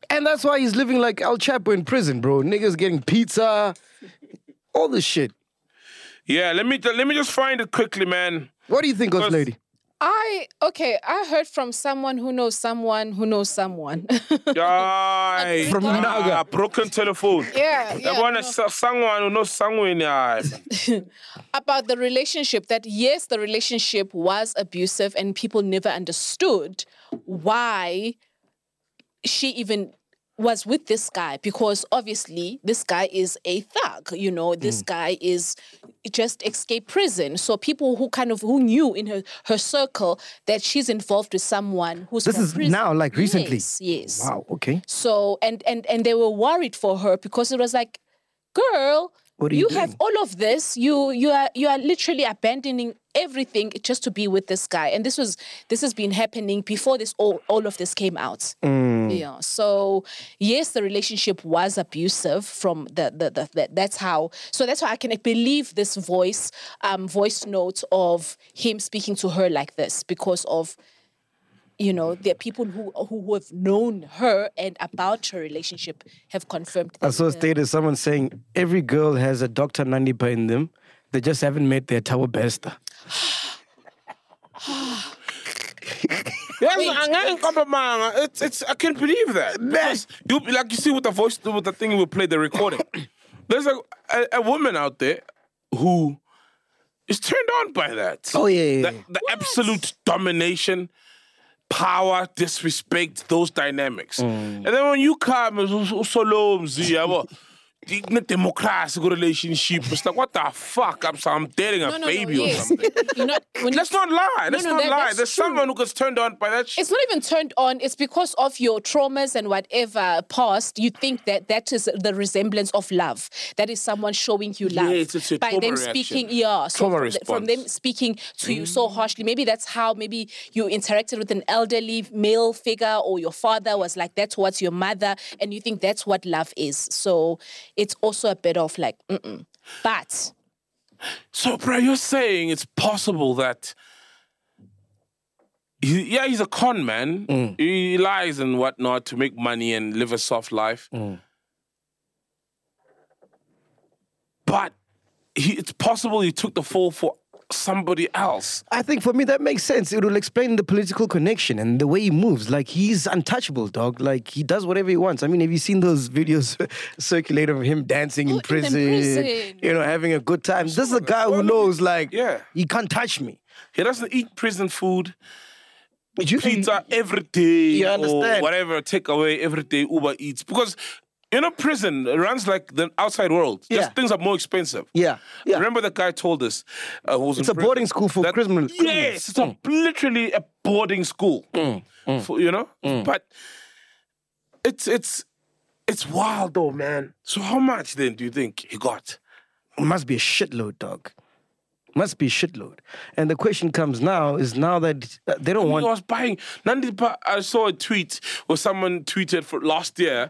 C: And that's why he's living like El Chapo in prison, bro. Niggas getting pizza, all this shit.
E: Yeah, let me let me just find it quickly, man.
C: What do you think, Ghost
E: Because-
C: Lady?
F: I okay. I heard from someone who knows someone who knows someone.
E: Ay,
C: From
E: ah,
C: Naga.
E: broken telephone.
F: yeah, yeah,
E: Yabona
F: no.
E: sa- someone who knows someone. ay, man.
F: about the relationship that yes, the relationship was abusive and people never understood why she even was with this guy because obviously this guy is a thug you know
C: Mm.
F: this guy is just escaped prison so people who kind of who knew in her her circle that she's involved with someone who's
C: This
F: from
C: is
F: prison.
C: now, like, recently?
F: yes, yes.
C: Wow. Okay.
F: So and and and they were worried for her because it was like, girl,
C: What are you
F: you, have all of this. You you are you are literally abandoning everything just to be with this guy. And this was this has been happening before this all all of this came out. Yeah. So yes, the relationship was abusive from the the, the, the that's how. So that's why I can believe this voice um voice note of him speaking to her like this because of you know, the people who who have known her and about her relationship have confirmed.
C: I
F: that
C: saw a
F: the-
C: status someone saying every girl has a Dr. Nandipa in them. They just haven't met their Tawa Besta.
E: Yes, and I ain't compromise. It's, it's, I can't believe that. Because you, like you see with the voice, with the thing we play, the recording. There's a, a, a woman out there who is turned on by that.
C: Oh, yeah, yeah,
E: The,
C: yeah.
E: the absolute domination, power, disrespect, those dynamics.
F: Mm.
E: And then when you come, it's so- so- solo, mzi, yabo. Dignity, democracy, good relationship. It's like, what the fuck? I'm, I'm dating a
F: no, no,
E: baby
F: no,
E: or
F: yes.
E: something.
F: You're not, when
E: Let's not lie. Let's
F: no,
E: not
F: that-
E: lie.
F: that's
E: There's
F: true.
E: someone who gets turned on by that shit.
F: it's not even turned on. It's because of your traumas and whatever past. You think that that is the resemblance of love. That is someone showing you love
E: it's- it's a
F: by
E: trauma
F: them
E: reaction.
F: speaking. Yeah, so
E: Trauma
F: from, the- from them
E: response. Mm.
F: speaking to you so harshly. Maybe that's how maybe you interacted with an elderly male figure, or your father was like that towards your mother, and you think that's what love is. So it's also a bit of like, mm-mm. but
E: So, bro, you're saying it's possible that. He, yeah, he's a con man. He lies and whatnot to make money and live a soft life. But he, it's possible he took the fall for somebody else.
C: I think for me that makes sense. It will explain the political connection and the way he moves. Like he's untouchable, dog. Like he does whatever he wants. I mean, have you seen those videos circulate of him dancing
F: Oh,
C: in
F: in the
C: prison,
F: prison.
C: You know, having a good time. This is a guy who
E: Well,
C: knows, like,
E: yeah.
C: he can't touch me.
E: He doesn't eat prison food,
C: But you,
E: pizza every day,
C: You
E: or
C: understand?
E: whatever takeaway every day. Uber eats because you know prison runs like the outside world.
C: Yeah.
E: Just things are more expensive.
C: yeah, yeah.
E: Remember the guy told us uh, who was
C: It's
E: in
C: a
E: prison
C: boarding school for Mm. criminal-
E: Yes,
C: criminals.
E: it's a, literally a boarding school.
C: Mm,
E: For, you know, but it's it's it's wild though, man. So how much then do you think he got?
C: It must be a shitload, dog. Must be a shitload. And the question comes now is now that uh, they don't
E: I
C: want.
E: was buying. Nandipa, I saw a tweet where someone tweeted for last year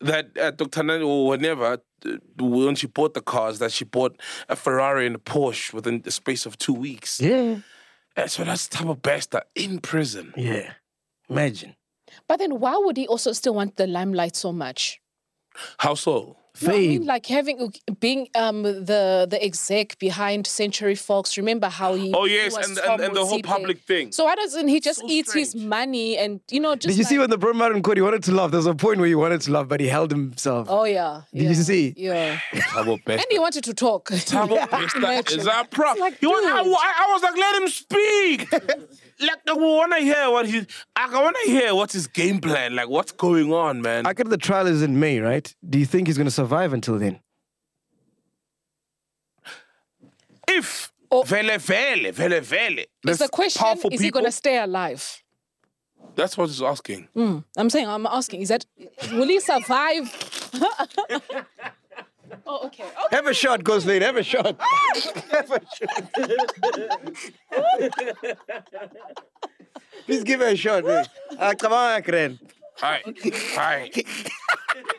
E: that uh, Dr. Nandi or whenever uh, when she bought the cars that she bought a Ferrari and a Porsche within the space of two weeks.
C: Yeah,
E: And so that's the type of bastard in prison.
C: yeah. Imagine
F: but then why would he also still want the limelight so much?
E: How so?
F: No, I mean,
C: fame.
F: like having being um the the exec behind Century Fox. Remember how he?
E: Oh,
F: he
E: yes,
F: was
E: and- and-
F: Tom
E: and the whole
F: Motsepe.
E: public thing.
F: So why doesn't he just
E: So
F: eat his
E: strange.
F: money and you know just?
C: Did you see
F: like-
C: when the bro Madden Cody wanted to laugh? There was a point where he wanted to laugh, but he held himself.
F: Oh yeah.
C: Did you
F: yeah,
C: see?
F: Yeah.
E: Type of
F: and
E: bastard.
F: he wanted to talk.
E: Type of bastard
F: Imagine.
E: is that prop?
F: like,
E: You want- I,
F: dude.
E: wa- I was like, let him speak. like, I want to hear what he. I want to hear what's his game plan. Like, what's going on, man?
C: I get the trial is in May, right? Do you think he's going to survive until then?
E: if
F: Or-
E: vele vele vele vele.
F: Oh. It's the
E: that's
F: question:
E: powerful
F: Is he gonna stay alive?
E: That's what he's asking.
F: I'm saying I'm asking. Is that will he survive? oh okay. Okay.
C: Have a shot, Ghostly. Have a shot. have a shot. Please give her a shot, man. Ah, come on, Kren.
E: Hi, hi.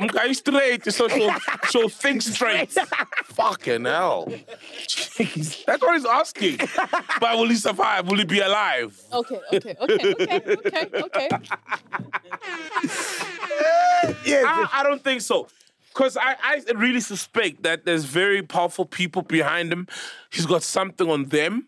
E: Guy straight, so so so think straight. Fucking hell. Jeez, That's what he's asking. But will he survive? Will he be alive?
F: Okay. Okay. Okay. Okay. Okay. Okay.
E: I, I don't think so. Because I, I really suspect that there's very powerful people behind him. He's got something on them.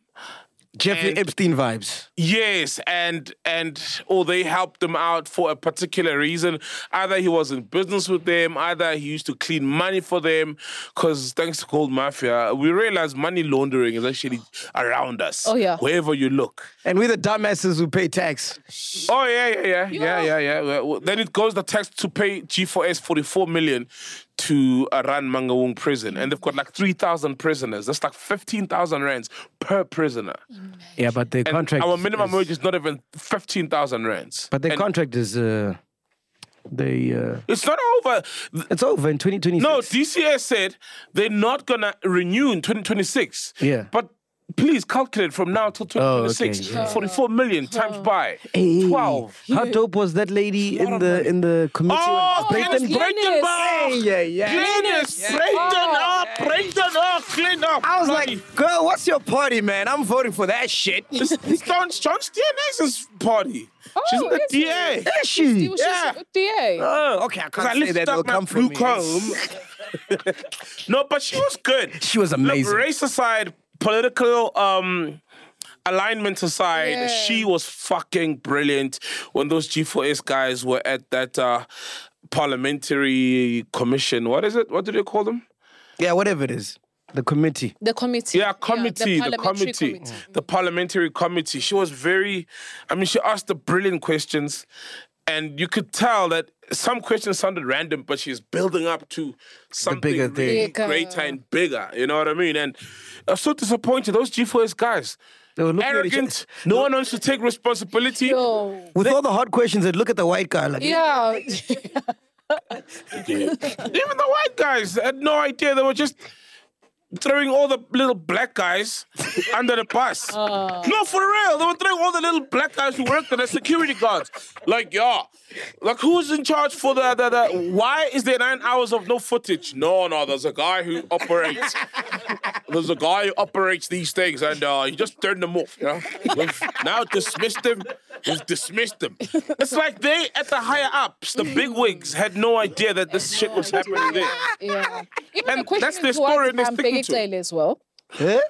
C: Jeffrey
E: And-
C: Epstein vibes.
E: Yes, and and or they helped him out for a particular reason. Either he was in business with them, either he used to clean money for them. Because thanks to gold mafia, we realize money laundering is actually around us.
F: Oh, yeah.
E: wherever you look.
C: And we're the dumbasses who pay tax.
E: Oh yeah, yeah, yeah, yeah, yeah, yeah. Well, well, Then it goes the tax to pay G4S 44 million to uh, Ran Mangawung prison, and they've got like 3,000 prisoners. That's like 15,000 rands per prisoner.
C: Yeah, but their
E: And
C: contract.
E: our
C: is-
E: minimum
C: is-
E: wage is not even 15,000 rands.
C: But their
E: And
C: contract is. Uh, they. Uh,
E: It's not over. Th-
C: it's over in 2026.
E: No, DCS said they're not gonna renew in 2026.
C: Yeah.
E: but. Please calculate from now till
C: Oh, okay,
E: 2026.
C: yeah.
E: 44 million times
F: Oh.
E: by
C: Hey,
E: 12.
C: How dope was that lady in the in the committee?
E: Oh,
C: when
E: Clinton,
C: Brayton-
E: Clinton Bach!
C: yeah, yeah.
E: Cleaners, straighten up, straighten up, clean up.
C: I was
E: bloody-
C: like, girl, what's your party, man? I'm voting for that shit.
E: it's, it's John, John Steenhuis's party. She's in the
F: Oh, is it?
E: DA.
C: Is she?
E: Yeah.
F: DA.
C: Oh, okay, I
E: 'Cause I
C: can't say
E: lifted
C: that. They'll
E: up my
C: come for
E: blue
C: me.
E: comb. no, but she was good.
C: She was amazing.
E: Look, race aside, political um alignment aside,
F: Yeah.
E: she was fucking brilliant when those G4S guys were at that uh parliamentary commission. What is it? What do they call them?
C: Yeah, whatever it is, the committee.
F: The committee.
E: Yeah, committee, the,
F: parliamentary Mm.
E: committee, the parliamentary committee. She was very, I mean, she asked the brilliant questions, and you could tell that some questions sounded random, but she's building up to something
C: bigger thing.
E: really
F: Bigger.
E: greater and bigger. You know what I mean? And I'm so disappointed. Those G4S guys,
C: They were looking at each
E: arrogant. No one wants to take responsibility.
F: Yo.
C: With all the hard questions, and look at the white guy. Like,
F: Yeah.
E: Even the white guys had no idea. They were just throwing all the little black guys under the bus. No, for real. They were throwing all the little black guys who worked there as security guards. Like, yeah. Like, who's in charge for the, the, the. Why is there nine hours of no footage? No, no, there's a guy who operates. There's a guy who operates these things and uh, he just turned them off. You know? We've now dismissed them. We've dismissed them. It's like they at the higher ups, the big wigs, had no idea that this shit was happening there.
F: yeah. Even
E: And
F: the question
E: that's the
F: is
E: story
F: towards,
E: they're
F: um,
E: sticking to.
F: Begicele as well.
C: eh?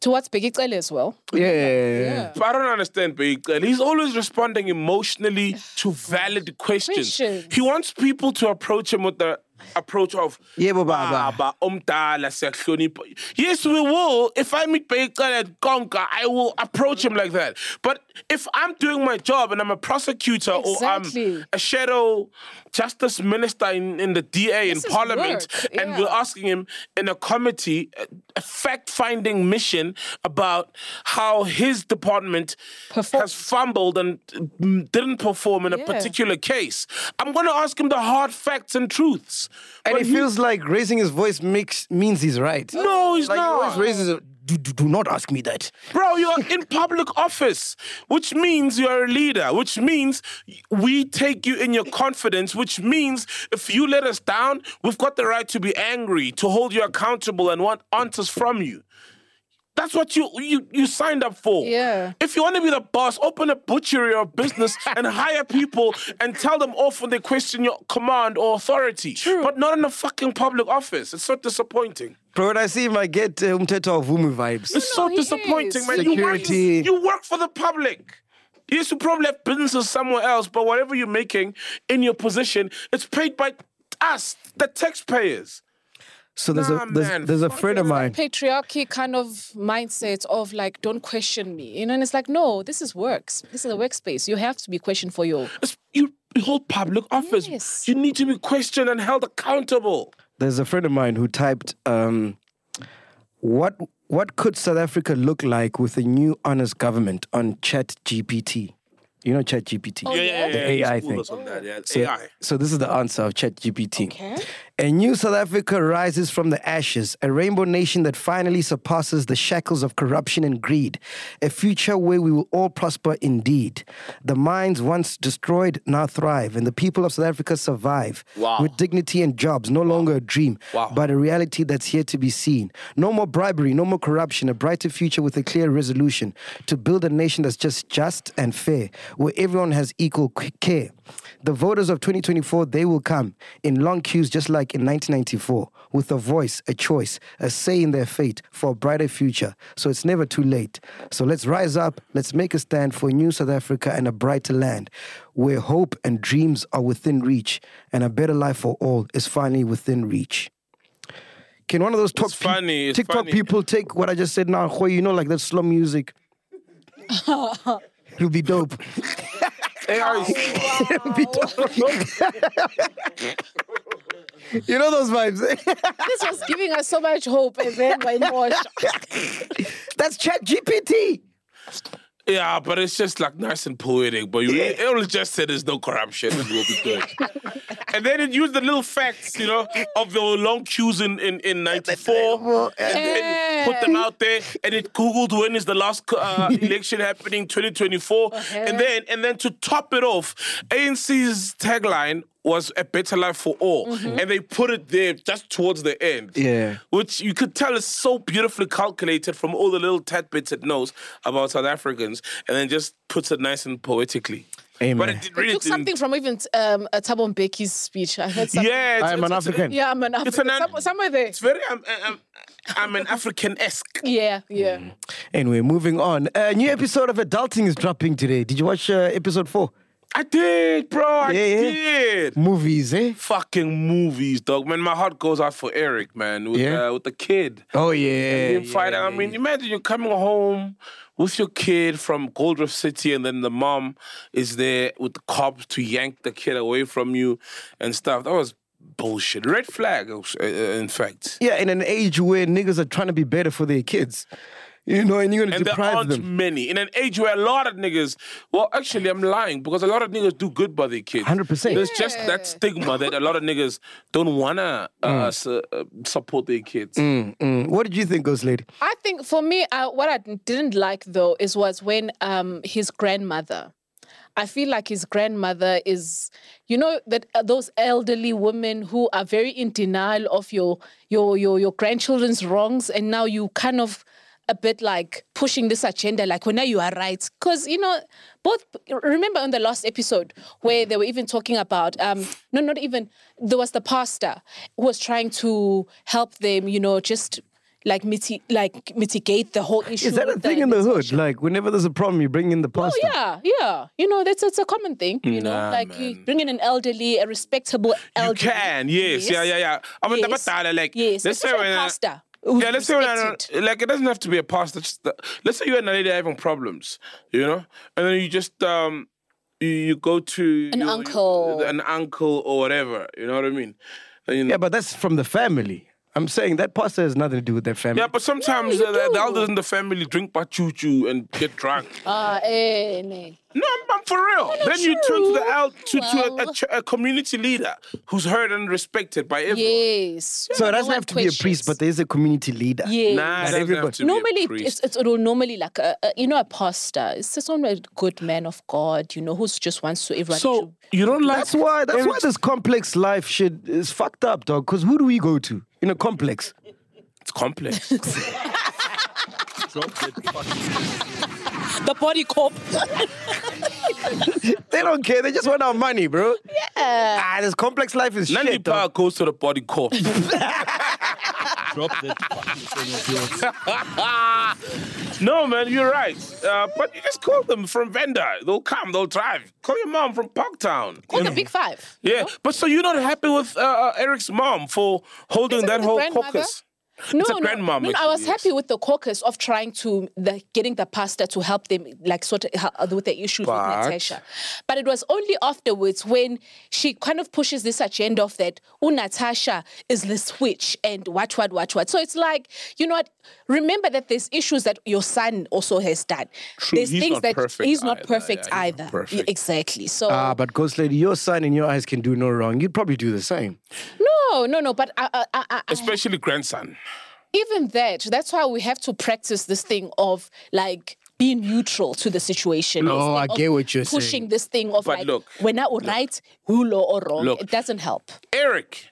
F: Towards Begicele as well.
C: yeah, yeah, yeah.
F: Yeah.
E: But I don't understand, Big. And he's always responding emotionally to valid questions.
F: Questions.
E: He wants people to approach him with the approach of
C: Yebo,
E: "Ah,
C: baba."
E: ba, umdala, siyakuhlonipha." Yes, we will. If I meet Big and Konka, I will approach him like that. But if I'm doing my job and I'm a prosecutor or I'm
F: Exactly.
E: a shadow justice minister in, in the DA
F: This
E: in
F: is
E: parliament,
F: work,
E: and
F: yeah.
E: we're asking him in a committee, a- a fact finding mission about how his department
F: Perform-
E: has fumbled and mm, didn't perform in a
F: Yeah.
E: particular case. I'm going to ask him the hard facts and truths.
C: And
E: But
C: he feels like raising his voice makes means he's right.
E: No, he's
C: like, he
E: not.
C: always raises. a- Do, do, do not ask me that.
E: Bro, you're in public office, which means you're a leader, which means we take you in your confidence, which means if you let us down, we've got the right to be angry, to hold you accountable and want answers from you. That's what you you, you signed up for.
F: Yeah.
E: If you want to be the boss, open a butchery or business and hire people and tell them off when they question your command or authority. True. But not in a fucking public office. It's so disappointing.
C: Bro, when I see him, I get uh, Umthetho Vumi vibes.
E: It's so
F: he
E: disappointing,
F: is.
E: man.
C: Security.
E: You work, you work for the public. Yes, you probably have businesses somewhere else, but whatever you're making in your position, it's paid by us, the taxpayers.
C: So there's
E: Nah,
C: a there's,
E: man,
C: there's a
E: fuck
C: friend of
E: it.
C: mine.
F: Patriarchy kind of mindset of like, don't question me. You know, and it's like, no, this is works. This is a workspace. You have to be questioned for your
E: It's, you hold public office.
F: Yes.
E: You need to be questioned and held accountable.
C: There's a friend of mine who typed, um, "What what could South Africa look like with a new honest government?" on Chat GPT. You know Chat GPT.
F: yeah,
C: The AI thing. So,
E: AI.
C: so this is the answer of ChatGPT.
F: Okay.
C: A new South Africa rises from the ashes, a rainbow nation that finally surpasses the shackles of corruption and greed, a future where we will all prosper indeed. The mines once destroyed now thrive, and the people of South Africa survive
E: Wow.
C: with dignity and jobs, no longer a dream,
E: Wow.
C: but a reality that's here to be seen. No more bribery, no more corruption, a brighter future with a clear resolution to build a nation that's just just and fair, where everyone has equal c- care. The voters of 2024, they will come in long queues just like in 1994, with a voice, a choice, a say in their fate for a brighter future. So it's never too late. So let's rise up, let's make a stand for a new South Africa and a brighter land where hope and dreams are within reach and a better life for all is finally within reach. Can one of those talk
E: It's funny, it's
C: TikTok
E: funny.
C: people take what I just said now, Khoi, you know, like that slow music? It'll be dope.
E: Hey,
F: Oh,
E: Ice.
C: It'll be dope. you know those vibes.
F: this was giving us so much hope, and then my gosh,
C: That's Chat GPT.
E: Yeah, but it's just like nice and poetic. But you, it only just said there's no corruption and we'll be good. and then it used the little facts, you know, of the long queues in, in, in 94 and then put them out there. And it Googled when is the last uh, election happening, 2024. And then and then to top it off, ANC's tagline was a better life for all. And they put it there just towards the end.
C: Yeah.
E: Which you could tell is so beautifully calculated from all the little tidbits it knows about South Africans and then just puts it nice and poetically. But
C: Amen.
E: it did-
F: it
E: really
F: took
E: didn't.
F: something from even um, uh, Thabo Mbeki's speech. I heard something.
E: yeah, it's,
C: I'm an
E: it's-
C: African.
F: yeah, I'm an African.
E: an ad-
F: Some- somewhere there.
E: it's very. I'm, I'm, I'm an African esque.
F: Yeah, yeah.
C: Anyway, moving on. A new episode of Adulting is dropping today. Did you watch uh, episode four?
E: I did, bro. I
C: Yeah, yeah.
E: did.
C: Movies, eh?
E: Fucking movies, dog. Man, my heart goes out for Eric, man, with
C: Yeah.
E: uh, with the kid.
C: Oh yeah.
E: being fighting. I mean, imagine you're coming home with your kid from Gold Rush City, and then the mom is there with the cops to yank the kid away from you and stuff. That was bullshit. Red flag, uh, uh, in fact.
C: Yeah, in an age where niggas are trying to be better for their kids, you know, and you're gonna
E: And there
C: deprive
E: aren't
C: them.
E: many. In an age where a lot of niggas, well, actually, I'm lying because a lot of niggas do good by their kids.
C: 100%.
E: There's just that stigma that a lot of niggas don't wanna uh, su- uh, support their kids.
C: Mm, What did you think, Ghost Lady?
F: I think for me, uh, what I didn't like though is was when um his grandmother. I feel like his grandmother is, you know, that uh, those elderly women who are very in denial of your your your your grandchildren's wrongs, and now you kind of a bit like pushing this agenda, like well now you are right, because you know both. Remember on the last episode where they were even talking about um no not even there was the pastor who was trying to help them, you know, just like miti- like mitigate the whole issue.
C: Is that a
F: with
C: thing in the hood?
F: invitation.
C: Like, whenever there's a problem, you bring in the
F: Oh
C: pastor.
F: yeah, yeah. You know that's it's a common thing. You know,
E: Nah,
F: like you
E: man.
F: bring in an elderly, a respectable
E: You
F: elderly.
E: can, yes, yeah, yeah, yeah. I mean,
F: Yes.
E: the like,
F: Yes.
E: let's say
F: Especially
E: when,
F: a
E: uh,
F: pastor who's
E: yeah, let's say when uh, I
F: respected.
E: don't, like, it doesn't have to be a pastor. Just the, let's say you and a lady are having problems, you know, and then you just um, you, you go to
F: An
E: you- you-
F: uncle.
E: an uncle or whatever. You know what I mean? And you-
C: Yeah, but that's from the family. I'm saying that pastor has nothing to do with that family.
E: yeah, but sometimes
F: you
E: uh, the,
F: do.
E: the elders in the family drink pachuchu and get drunk.
F: Ah, eh, nee.
E: No, I'm, I'm for real. Then you turn to the
F: true.
E: el- to, to a- a,
F: Well.
E: ch- a community leader who's heard and respected by everyone.
F: Yes.
C: so it
F: No
C: doesn't
F: one
C: have to be a priest,
F: questions.
C: but there is a community leader.
F: Yes.
E: Nah, it doesn't
C: everybody-
E: have to be a
F: Normally,
E: priest.
F: it's, it's it'll normally like a, a- you know a pastor. It's just only a good man of God, you know, who just wants to everyone.
E: so you don't like
C: That's why. That's why
E: Eric's
C: this complex life shit is fucked up, dog. Because who do we go to in a complex?
E: It's complex.
F: to, the body cop.
C: They don't care. They just want our money, bro.
F: Yeah.
C: Ah, this complex life is
E: Nandi
C: shit. dog.
E: Power goes to the body corp.
L: Drop that fucking thing of yours.
E: no, man, you're right. Uh, but you just call them from vendor. They'll come, they'll drive. Call your mom from Parktown.
F: Call Oh, the big five.
E: Yeah, but so you're not happy with uh, uh, Eric's mom for holding
F: Isn't
E: that
F: it the
E: whole
F: grandmother?
E: caucus?
F: No,
E: It's a
F: no,
E: grandmom,
F: no, no, I
E: actually,
F: was
E: yes.
F: happy with the caucus of trying to the, getting the pastor to help them, like sort of help with the issues
E: But-
F: with Natasha. But it was only afterwards when she kind of pushes this agenda of that, oh, Natasha is the switch and what, what, what, what. So it's like, you know what? Remember that there's issues that your son also has done.
E: True,
F: there's
E: he's
F: things
E: not
F: that
E: perfect
F: he's not
E: either,
F: perfect
E: yeah, he's not
F: either.
E: perfect.
F: Exactly. So
C: Ah, but Ghost Lady, your son in your eyes can do no wrong. You'd probably do the same.
F: no, no, no. But uh, I, I, I, I,
E: Especially grandson.
F: even that that's why we have to practice this thing of like being neutral to the situation.
C: No,
F: This thing
C: I
F: of
C: get what you're saying.
F: Pushing this thing of
E: But
F: like
E: look,
F: when I or right, who law or wrong.
E: Look.
F: It doesn't help.
E: Eric,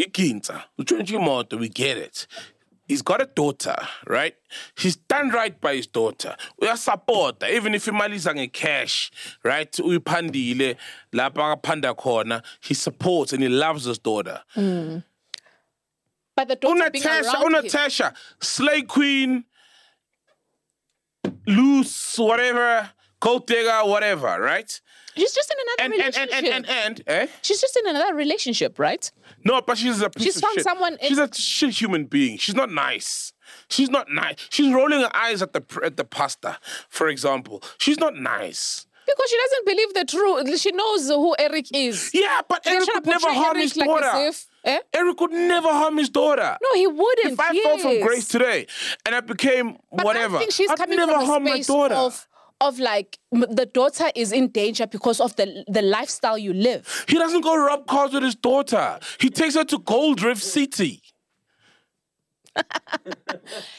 E: Iginta, we get it. He's got a daughter, right? He's done right by his daughter. We are supporter, even if imali's in cash, right? Uyiphandile lapha panda khona, he supports and he loves his daughter.
F: Mm. But the daughter being
E: Unatasha,
F: around him.
E: Unatasha, Slay Queen, Loose, whatever, Gold Digger, whatever, right?
F: She's just in another
E: And and and
F: relationship.
E: and and, and eh?
F: She's just in another relationship, right?
E: No, but she's a piece
F: She's
E: of
F: found
E: shit.
F: someone-
E: She's a shit human being. She's not nice. She's not nice. She's rolling her eyes at the pr- at the pastor, for example. She's not nice.
F: Because she doesn't believe the truth. She knows who Eric is.
E: Yeah, but
F: They're
E: Eric
F: trying
E: would
F: to
E: never
F: portray
E: harm
F: Eric
E: his
F: like
E: daughter.
F: as if- eh?
E: Eric would never harm his daughter.
F: No, he wouldn't.
E: If I fell from
F: yes.
E: grace today and I became
F: But
E: whatever,
F: I think she's
E: would
F: coming
E: never
F: from a
E: harm my
F: space
E: daughter.
F: of of like m- the daughter is in danger because of the the lifestyle you live.
E: He doesn't go rob cars with his daughter. He takes her to Gold Rift City.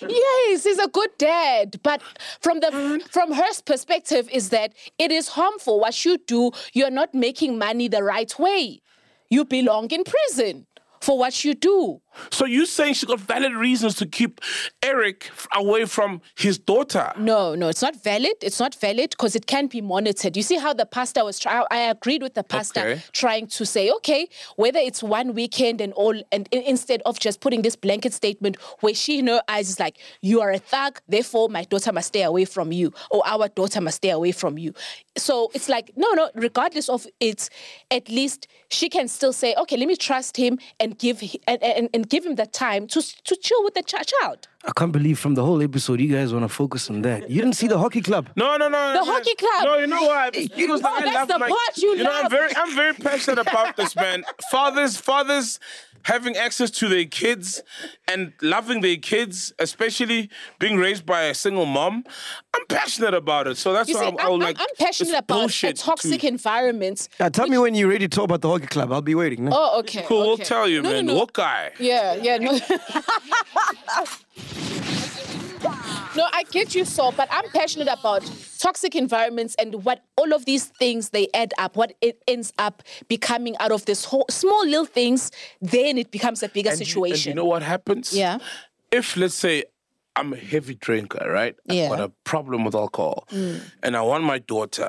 F: yes, he's a good dad, but from the from her perspective is that it is harmful what you do. You're not making money the right way. You belong in prison for what you do.
E: So you saying she got valid reasons to keep Eric f- away from his daughter?
F: No, no, it's not valid. It's not valid because it can be monitored. You see how the pastor was trying. I agreed with the pastor
E: Okay.
F: trying to say, okay, whether it's one weekend and all, and in- instead of just putting this blanket statement where she in her eyes is like, you are a thug, therefore my daughter must stay away from you, or our daughter must stay away from you. So it's like, no, no, regardless of it, at least she can still say, okay, let me trust him and give h- and, and, and give him the time to s- to chill with the ch- child.
C: I can't believe from the whole episode you guys want to focus on that. You didn't see the hockey club.
E: No, no, no.
F: The
E: no,
F: hockey club.
E: No, you know why? Because
F: No,
E: I
F: that's
E: love
F: the
E: my-
F: part you
E: know, I'm
F: love.
E: very, I'm very passionate about this, man. Fathers, fathers having access to their kids and loving their kids, especially being raised by a single mom. I'm passionate about it. So that's
F: You
E: why
F: see,
E: I'm,
F: I'm,
E: I would
F: I'm,
E: like.
F: I'm passionate
E: it's
F: about a
E: bullshit to-
F: toxic environment.
C: Yeah, Ah, tell me when you're ready to talk about the hockey club. I'll be waiting.
F: Oh, okay.
E: Cool,
F: okay.
E: we'll tell you,
F: No,
E: man.
F: No, no.
E: What guy?
F: Yeah, yeah. No. no, I get you, so, but I'm passionate about toxic environments and what all of these things they add up, what it ends up becoming out of this whole small little things. Then it becomes a bigger
E: And you-
F: situation.
E: and you know what happens?
F: Yeah.
E: If let's say I'm a heavy drinker, right?
F: Yeah. Mm.
E: I've got a problem with alcohol, and I want my daughter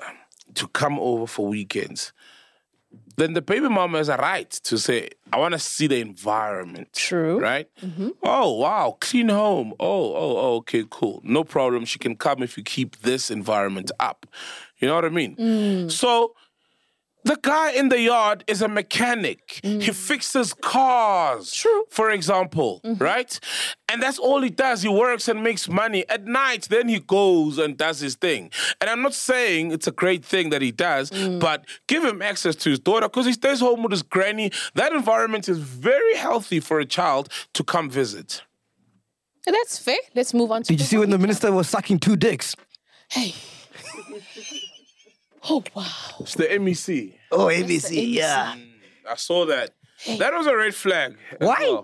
E: to come over for weekends. Then the baby mama has a right to say, "I want to see the environment."
F: True. Mm-hmm.
E: Right? Oh wow, clean home. Oh oh oh, okay, cool, no problem. She can come if you keep this environment up. You know what I mean?
F: Mm.
E: So the guy in the yard is a mechanic. He fixes cars, True. for example, right? And that's all he does. He works and makes money. At night, then he goes and does his thing. And I'm not saying it's a great thing that he does, but give him access to his daughter because he stays home with his granny. That environment is very healthy for a child to come visit.
F: That's fair. Let's move on. To
C: Did you see when the minister was sucking two dicks?
F: Hey. oh wow.
E: It's the E MEC.
C: Oh, ABC, yeah.
E: I saw that. That was a red flag. Why?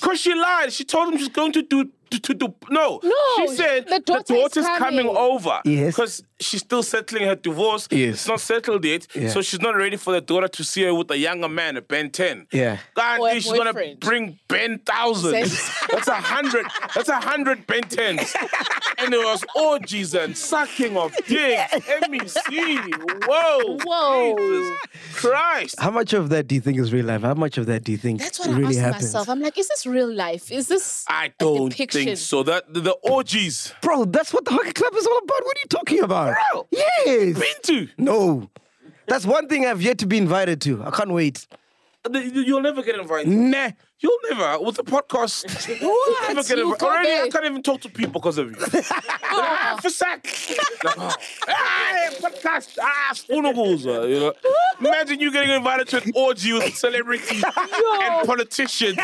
E: Because she lied. She told him she's going to do to, to do no.
F: No,
E: she said
F: the daughter is
E: daughter's coming.
F: coming.
E: over.
C: Yes.
E: because she's still settling her divorce.
C: Yes.
E: it's not settled yet,
C: Yeah.
E: so she's not ready for the daughter to see her with a younger man, a Ben Ten.
C: Yeah.
E: God,
F: Or a
E: damn, she's gonna
F: boyfriend.
E: bring Ben Thousand.
F: Says-
E: That's a hundred. That's a hundred Ben Tens. and there was orgies and sucking of dicks. MEC. Whoa.
F: Whoa.
E: Jesus Christ.
C: How much of that do you think is real life? How much of that do you think
F: That's what I
C: really
F: asked
C: happens?
F: myself. I'm like, is this real life? Is this
E: I
F: a
E: don't
F: depiction?
E: think so. That the, the orgies
C: Bro, that's what the hockey club is all about. What are you talking about?
E: Bro.
C: Yes.
E: been to.
C: No. That's one thing I've yet to be invited to. I can't wait.
E: The- you- You'll never get invited.
C: Nah.
E: You'll never with the podcast. You'll never get
F: You
E: invited.
F: go
E: Already, I
F: there.
E: can't even talk to people because of you. ah, for sack. ah, podcast. Ah, spoonables. uh, You know. Imagine you getting invited to an orgy with celebrities and politicians.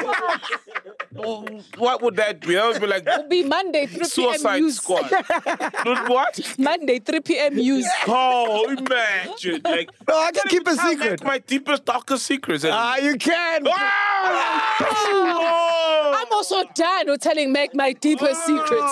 E: Well, what would that be? That would be like
F: It'll be Monday 3 p.m.
E: Suicide
F: news.
E: Squad. Dude, what?
F: Monday 3 p.m. news.
E: Oh, imagine. Like,
C: No, I can keep a
E: I'll let
C: secret.
E: my deepest, darkest secrets. And-
C: Ah, you can.
E: Ah!
F: I'm also done with telling Meg my deepest secrets.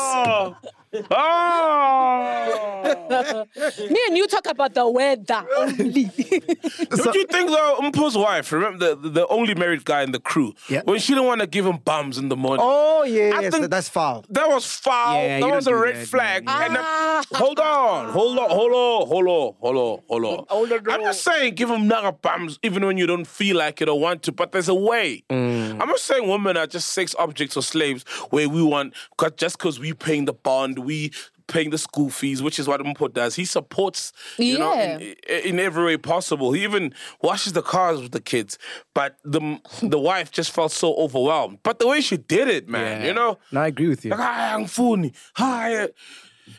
E: Ah! Oh!
F: Me and you talk about the weather only.
E: Don't you think though, Mpo's wife, remember the, the, the only married guy in the crew,
C: Yeah.
E: when she didn't want to give him bums in the morning?
C: Oh yeah, yes,
E: I think-
C: that- that's foul.
E: That was foul.
C: Yeah,
E: that
C: you
E: was
C: don't
E: a
C: do
E: red
C: that,
E: flag.
F: yeah, yeah.
E: And uh,
F: Ah.
E: I- hold on, hold on, hold on, hold on, hold on, hold on.
B: Hold on,
E: I'm not saying give them naga bums even when you don't feel like it or want to, but there's a way. I'm not saying women are just sex objects or slaves where we want, cause just because we paying the bond, we paying the school fees, which is what Mpo does. He supports, you know,
F: Yeah.
E: in, in every way possible. He even washes the cars with the kids. But the the wife just felt so overwhelmed. But the way she did it, man, you know.
C: No, I agree with you.
E: Like, "Hi, I'm phony. Hi.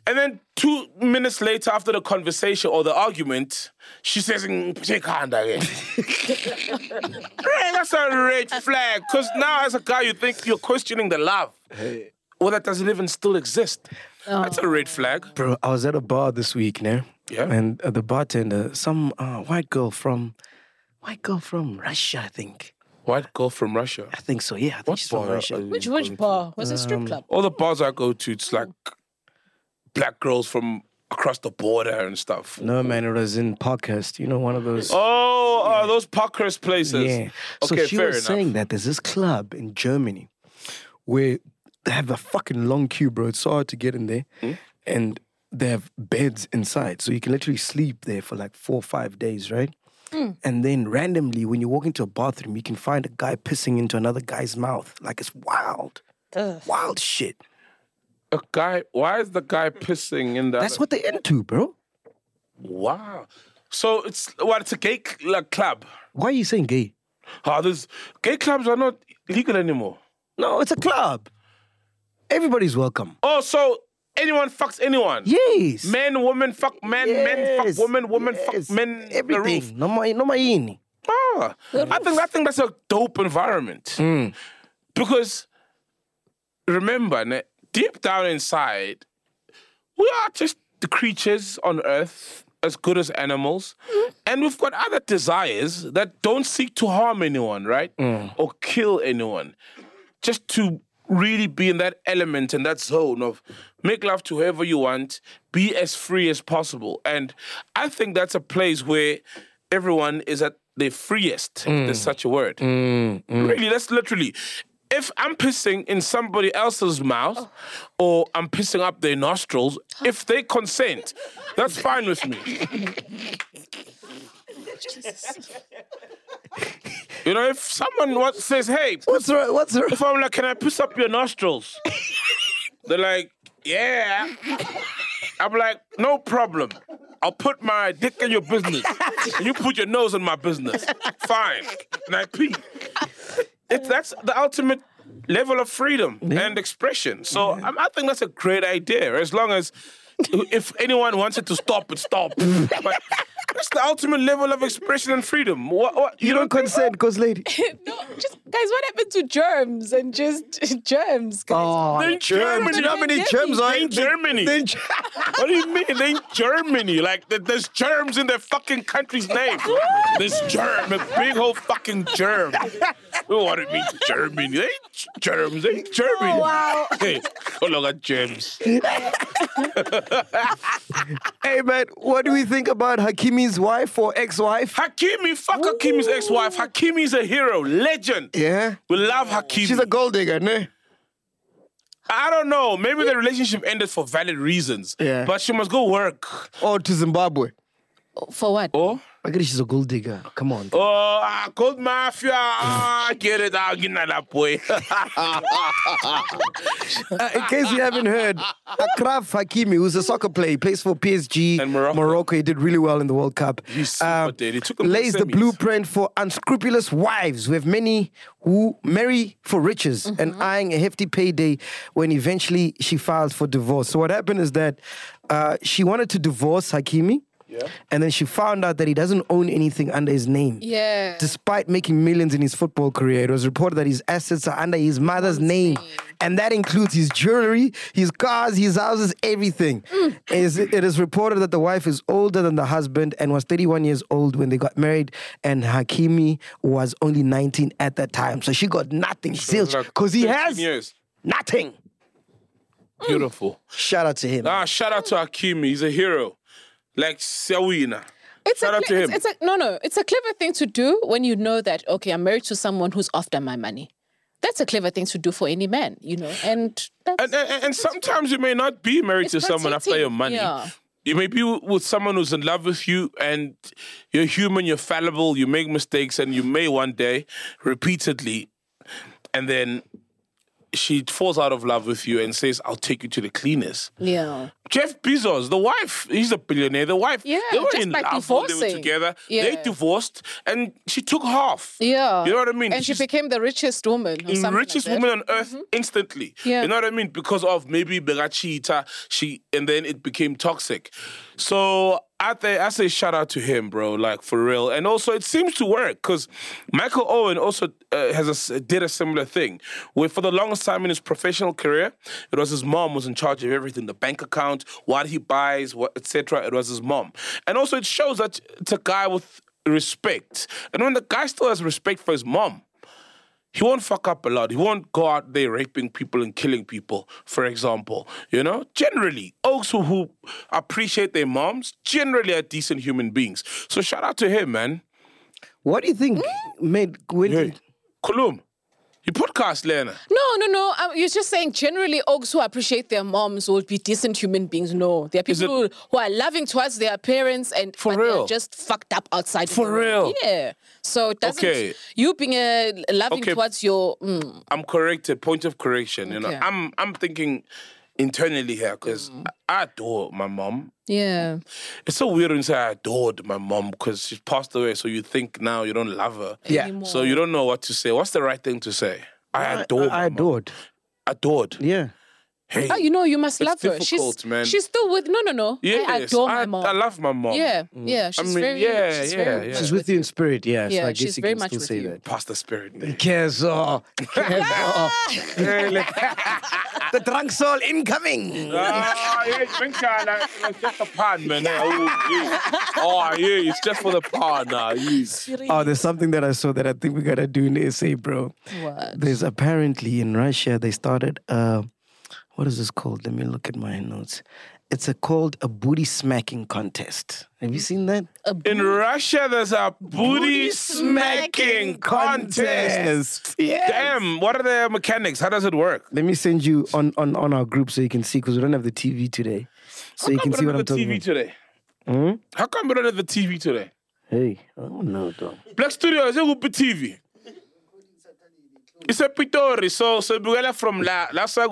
E: And then two minutes later, after the conversation or the argument, she says, "Mm, shake hand again. Hey, that's a red flag. Because now, as a guy, you think you're questioning the love. Well, that doesn't even still exist. That's a red flag.
C: Bro, I was at a bar this week, yeah?
E: Yeah.
C: And uh, the bartender, some uh, white girl from, white girl from Russia, I think.
E: White girl from Russia.
C: I think so. Yeah, I think
E: What
C: she's from
E: bar?
C: Russia.
F: Which which bar? Was it strip club?
E: All the bars I go to, it's like black girls from across the border and stuff.
C: No man, it was in podcast. You know, one of those.
E: Oh, oh, those Parkhurst places.
C: yeah.
E: Okay,
C: so she
E: fair
C: was
E: enough.
C: saying that there's this club in Germany where they have a fucking long queue, bro. It's so hard to get in there,
E: Hmm?
C: and they have beds inside, so you can literally sleep there for like four or five days, right? And then randomly, when you walk into a bathroom, you can find a guy pissing into another guy's mouth. Like it's wild,
F: Ugh.
C: wild shit.
E: A guy, why is the guy pissing in that?
C: That's what they're into, bro.
E: Wow. So it's what it's a gay cl- like, club.
C: Why are you saying gay?
E: Ah, those gay clubs are not legal anymore.
C: No, it's a club. Everybody's welcome.
E: Oh, so anyone fucks anyone.
C: Yes.
E: Men, women fuck men, men
C: Yes,
E: fuck women, women
C: yes,
E: fuck men. The roof.
C: Everything. No ma- no maini.
E: Ah, I think I think that's a dope environment because remember, ne, deep down inside, we are just the creatures on earth as good as animals, and we've got other desires that don't seek to harm anyone, right, or kill anyone, just to really be in that element and that zone of make love to whoever you want be as free as possible and i think that's a place where everyone is at their freest if there's such a word Really, that's literally. If I'm pissing in somebody else's mouth or I'm pissing up their nostrils, if they consent, that's fine with me. you know, if someone wants, says, hey,
C: What's wrong? What's wrong?
E: if I'm like, can I piss up your nostrils? They're like, yeah. I'm like, no problem. I'll put my dick in your business. and you put your nose in my business. Fine. And I pee. It, that's the ultimate level of freedom and expression. So um, I think that's a great idea. As long as if anyone wanted to stop, it stop. but that's the ultimate level of expression and freedom. What, what, you,
C: You don't
E: don't think so?
C: consent, cause lady.
F: no, just guys, what happened to germs and just germs?
C: Oh,
F: Guys?
E: They're in Germany.
F: Germany. You know how many germs
E: They're in Germany. what do you mean? They're in Germany. Like, th- there's germs in their fucking country's name. There's germ, a big whole fucking germ. Oh, What it means, Germany. They ain't g- germs. They ain't Germany. wow. Hey, oh, look at germs.
C: Hey man, what do we think about Hakimi's wife or ex-wife?
E: Hakimi, fuck Hakimi's ex-wife. Hakimi's a hero, legend.
C: Yeah.
E: We love Hakimi.
C: She's a gold digger, ne?
E: I don't know. Maybe the relationship ended for valid reasons.
C: Yeah.
E: But she must go work.
C: Or to Zimbabwe.
F: For what?
E: Oh.
C: I guess she's a gold digger. Come on.
E: Oh, I called mafia. Ah, get it out, get that boy.
C: Uh, in case you haven't heard, Akraf Hakimi, who's a soccer player, he plays for PSG
E: And Morocco.
C: He did really well in the World Cup. Uh,
E: He's super dead. He took them to
C: lays the
E: semis.
C: blueprint for unscrupulous wives. We have many who marry for riches and eyeing a hefty payday when eventually she files for divorce. So what happened is that uh, she wanted to divorce Hakimi. And then she found out that he doesn't own anything under his name.
F: Yeah.
C: Despite making millions in his football career, it was reported that his assets are under his mother's name. And that includes his jewelry, his cars, his houses, everything.
F: Mm.
C: It is- it is reported that the wife is older than the husband and was 31 years old when they got married, and Hakimi was only 19 at that time. So she got nothing, zilch,
E: like
C: because he
E: 13
C: has
E: years.
C: nothing.
E: Mm. Beautiful.
C: Shout out to him.
E: Ah, shout out to Akimi. He's a hero. Like Sawina.
F: It's
E: shout
F: a,
E: out
F: cle-
E: to him.
F: It's, it's a, no, no. It's a clever thing to do when you know that okay, I'm married to someone who's after my money. That's a clever thing to do for any man, you know. And that's,
E: and, and, and sometimes you may not be married
F: It's
E: to someone after
F: protecting,
E: your money.
F: yeah.
E: You may be w- with someone who's in love with you, and you're human, you're fallible, you make mistakes, and you may one day repeatedly, and then she falls out of love with you and says, I'll take you to the cleaners.
F: yeah,
E: Jeff Bezos, the wife, he's a billionaire. The wife,
F: Yeah,
E: they were
F: just
E: in
F: by
E: love when they were
F: divorcing.
E: together. They
F: Yeah.
E: divorced, and she took half.
F: yeah.
E: You know what I mean?
F: Uh, And she
E: She's-
F: became the richest woman. Or
E: the
F: something
E: richest
F: like that. Mm-hmm.
E: woman on earth instantly.
F: Yeah.
E: You know what I mean? Because of maybe Begachita, she and then it became toxic. So I think I say shout out to him, bro. Like for real. And also it seems to work because Michael Owen also uh, has a s did a similar thing. Where for the longest time in his professional career, it was his mom was in charge of everything, the bank account, what he buys, what etc. It was his mom. And also it shows that it's a guy with respect. And when the guy still has respect for his mom, he won't fuck up a lot. He won't go out there raping people and killing people, for example. You know, generally, folks who, who appreciate their moms generally are decent human beings. So shout out to him, man.
C: What do you think
F: Mm.
C: made Gwynn?
E: Kulum, you podcast learner.
F: No, no, no. Um, you're just saying generally, Oaks who appreciate their moms will be decent human beings. No, there are
E: Is it-
F: people who, who are loving towards their parents and
E: For
F: but they're
E: real?
F: just fucked up outside. of
E: For
F: the world.
E: real?
F: yeah. So it doesn't
E: Okay.
F: you being a loving
E: Okay.
F: towards your mm,
E: I'm corrected. Point of correction. You know,
F: Okay. Mm.
E: I'm I'm thinking internally here because I adore my mom.
F: yeah
E: It's so weird when you say I adored my mom because she's passed away. So you think now you don't love her.
C: Yeah.
F: anymore.
E: So you don't know what to say. What's the right thing to say? I adore.
C: I, I
E: my mom.
C: adored.
E: Adored.
C: Yeah.
E: Hey.
F: Oh, you know, you must
E: It's
F: love her.
E: difficult,
F: She's
E: man.
F: she's still with no, no, no. I
E: Yes,
F: adore my
E: I-
F: mom.
E: I love my mom. Mm.
F: Yeah, yeah. She's
E: mean,
F: very,
E: yeah,
F: she's
E: yeah,
F: very
E: yeah.
F: much
C: She's with you in spirit, yeah.
F: Yeah,
C: so I guess
F: she's
C: you
F: very
C: can
F: much
C: still
F: with
C: say
F: you.
C: that.
E: Pastor Spirit. man.
C: Kezo. Kezo. Hey, look. the drunk soul incoming.
E: Ah, yeah, it's been kind of- it's just a pun, man. eh? Oh, yeah. Oh, yeah, it's just for the pun now. yes.
C: Oh, there's something that I saw that I think we gotta do in SA, bro.
F: What?
C: There's apparently in Russia they started uh what is this called? Let me look at my notes. It's a called a booty smacking contest. Have you seen that?
E: In Russia, there's a booty smacking contest.
C: Yeah.
E: Damn, what are the mechanics? How does it work?
C: Let me send you on, on, on our group so you can see because we don't have the TV today. So you
E: How
C: can
E: come we
C: see
E: don't
C: what
E: have
C: I'm
E: the
C: talking
E: TV
C: about. Hmm?
E: today? How come we don't have the TV today?
C: Hey, oh no, dog.
E: Black Studio is a good TV. It's a Pitori, so so Bugala from La Lasa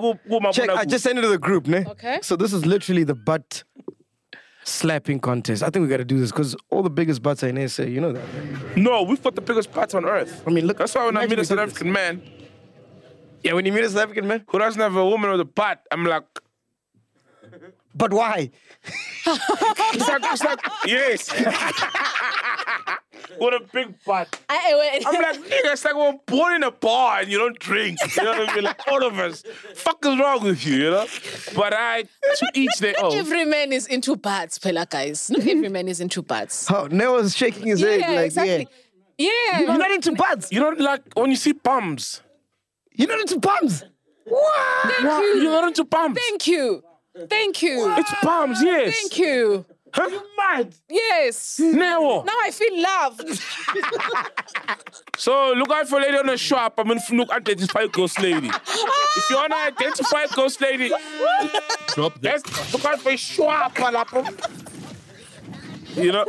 C: Check, I just sent it to the group, ne?
F: Okay.
C: So this is literally the butt slapping contest. I think we got to do this because all the biggest butts are in SA. You know that. Right?
E: No, we've got the biggest parts on earth.
C: I mean, look.
E: That's why when I
C: imagine
E: meet a
C: we
E: South
C: did this.
E: African man
C: Yeah, when you meet a South African man.
E: who doesn't have a woman with a butt, I'm like,
C: But why?
E: it's like, it's like yes. What a big butt.
F: I,
E: I'm like, nigga, it's like we're born in a bar and you don't drink. You know what I mean? Like, all of us. Fuck is wrong with you, you know? But I, to each their
F: not
E: own.
F: every man is into bats, Pela guys. Not every man is into bats.
C: Oh, Neo was shaking his head
F: Yeah,
C: like,
F: exactly.
C: yeah.
F: Yeah.
C: You're not into butts.
E: You don't like when you see bums.
C: You're not into bums.
E: Wow,
F: you.
E: You're not into bums.
F: Thank you. Thank you.
E: It's bums, yes.
F: Thank you.
E: Huh? You mad?
F: Yes.
E: Now.
F: Now I feel loved.
E: So look out for lady on the shop. I'm in look identify ghost lady. if you wanna identify ghost lady,
L: Drop the
E: just look out for shop. You know,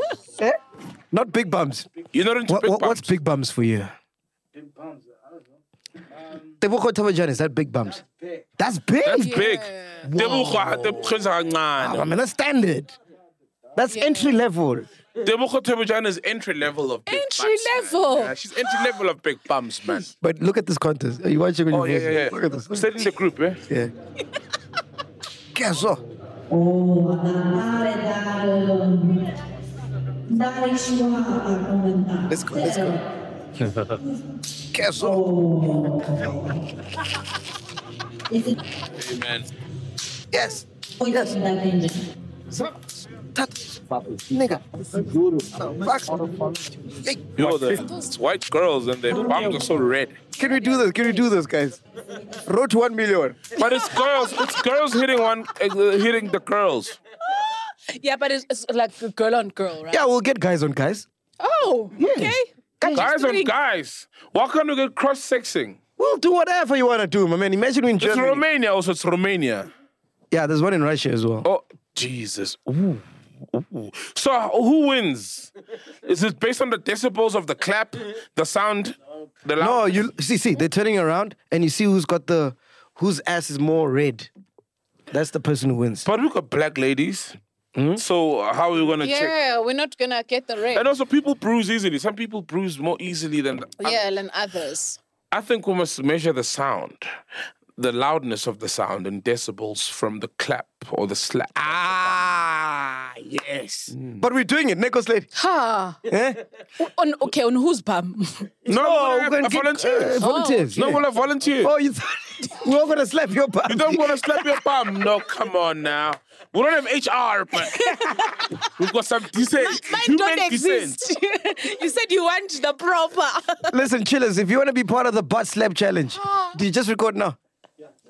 C: Not big bums.
E: you're not into
C: What,
E: big
C: what, what's
E: bumps.
C: big bums for you? Big bums. Is that big bums? Um, That's big.
E: That's big. Tebogo-
C: Wow.
E: Tebogo is a
C: I
E: ncane.
C: mean, Oh, that's standard. That's entry level.
E: Tebogo Tebojan is entry level of big
F: Entry
E: bumps, man.
F: level.
E: Yeah, she's entry level of big bumps, man.
C: But look at this contest. You watch it when
E: Oh
C: you
E: yeah,
C: watch it.
E: yeah,
C: Look at
E: yeah.
C: this.
E: Stay in the group, eh?
C: Yeah. Kezo. Let's go, let's go. Kezo.
E: Amen.
C: Yes. Yes. That-
M: Nigga.
E: Hey, Yo, the it's white girls and their bums are so red.
C: Can we do this? Can we do this, guys? Road to one million.
E: But it's girls. It's girls hitting one, uh, hitting the girls.
F: Yeah, but it's, it's like a girl on girl, right?
C: Yeah, we'll get guys on guys.
F: Oh, okay. Guys,
E: Guys on
F: doing-
E: guys. Why can't we get cross sexing?
C: We'll do whatever you want to do, my man. Imagine we in
E: It's
C: Germany.
E: Romania also. It's Romania.
C: yeah, there's one in Russia as well.
E: Oh, Jesus. Ooh. Ooh. So who wins? Is it based on the decibels of the clap, the sound, the loud?
C: No, Oh, you see, see, they're turning around and you see who's got the whose ass is more red. That's the person who wins.
E: But we got black ladies.
C: Hmm?
E: So how are we gonna check?
F: Yeah, we're not gonna get the rate.
E: And also, people bruise easily. Some people bruise more easily than. The oth-
F: Yeah, than others.
E: I think we must measure the sound, the loudness of the sound in decibels from the clap or the slap. Ah, yes.
C: But we're doing it, Nicholas Lady.
F: Ha.
C: Eh?
F: On okay, on whose bum?
E: No,
C: Oh,
E: we'll
C: we're
E: have
C: gonna get,
E: volunteers.
C: uh, volunteers.
E: No,
C: yeah.
E: we'll have volunteers.
C: Oh, you thought we're all gonna slap your butt.
E: You don't want to slap your palm? No, come on now. We don't have HR, but we've got some decent
F: Mine
E: human
F: don't exist. you said you want the proper.
C: Listen, chillers, if you want to be part of the butt slap challenge, do you just record now?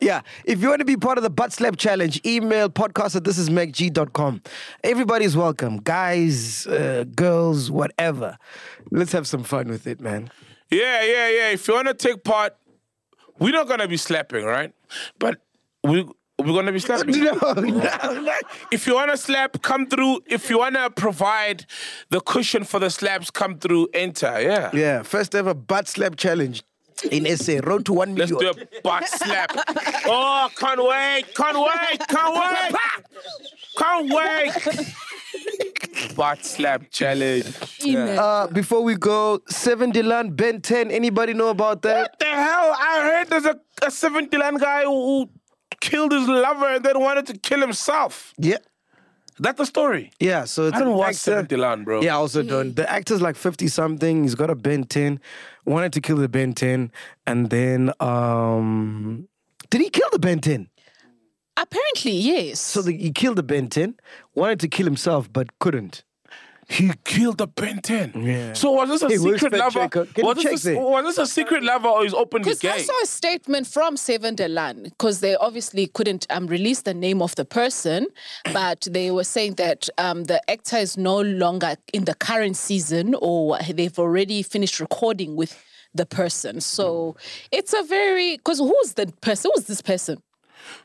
C: Yeah. If you want to be part of the butt slap challenge, email podcast at thisismegg.com. Everybody's welcome. Guys, uh, girls, whatever. Let's have some fun with it, man.
E: Yeah, yeah, yeah. If you want to take part, we're not gonna be slapping, right? But we we're gonna be slapping.
C: Oh, No, no.
E: If you want to slap, come through. If you want to provide the cushion for the slaps, come through. Enter. Yeah.
C: Yeah, first ever butt slap challenge in SA. Road to 1
E: Let's
C: million.
E: do a butt slap. Oh, can't wait. Can't wait. Can't wait. Can't wait. butt slap challenge.
C: Uh, before we go, 7 Dylan, Ben 10, anybody know about that?
E: What the hell? I heard there's a, a 70 land guy who killed his lover and then wanted to kill himself.
C: Yeah.
E: That's the story.
C: Yeah, so it's
E: I don't
C: an
E: watch
C: actor-
E: 70 land, bro.
C: Yeah, I also don't. The actor's like 50 something. He's got a Ben 10. Wanted to kill the Ben 10. And then, um, did he kill the Ben 10?
F: Apparently, yes.
C: So the, he killed the Ben 10, wanted to kill himself, but couldn't.
E: He killed the Ben 10.
C: Yeah.
E: So was this a
C: Hey, where's
E: secret
C: fact
E: lover?
C: checker? Can you
E: Was
C: check
E: this, a,
C: there?
E: was this a secret lover or is openly
F: Because I
E: gay?
F: saw a statement from Seven Delan, because they obviously couldn't um, release the name of the person, but they were saying that um, the actor is no longer in the current season or they've already finished recording with the person. So
E: Hmm.
F: it's a very, because who's the person? Who's this person?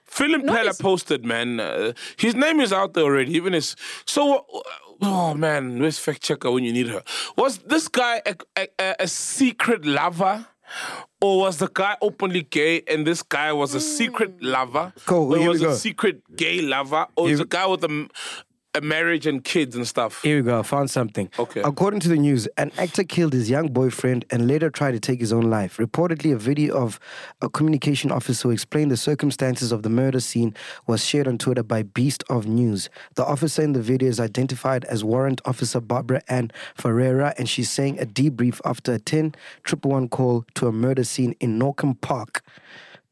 E: Philip
F: No,
E: Pella
F: it's-
E: posted, man. Uh, his name is out there already. Even his. So, uh, oh man, where's fact checker when you need her? Was this guy a, a, a- a secret lover? Or was the guy openly gay and this guy was a
F: Hmm.
E: secret lover?
C: Cool,
E: Or
C: here we
E: was
C: go.
E: a secret gay lover? Or was a guy with a, m- a marriage and kids and stuff?
C: Here we go. I found something.
E: Okay.
C: According to the news, an actor killed his young boyfriend and later tried to take his own life. Reportedly, a video of a communication officer who explained the circumstances of the murder scene was shared on Twitter by Beast of News. The officer in the video is identified as Warrant Officer Barbara Ann Ferreira, and she's saying a debrief after a 10 111 call to a murder scene in Norcom Park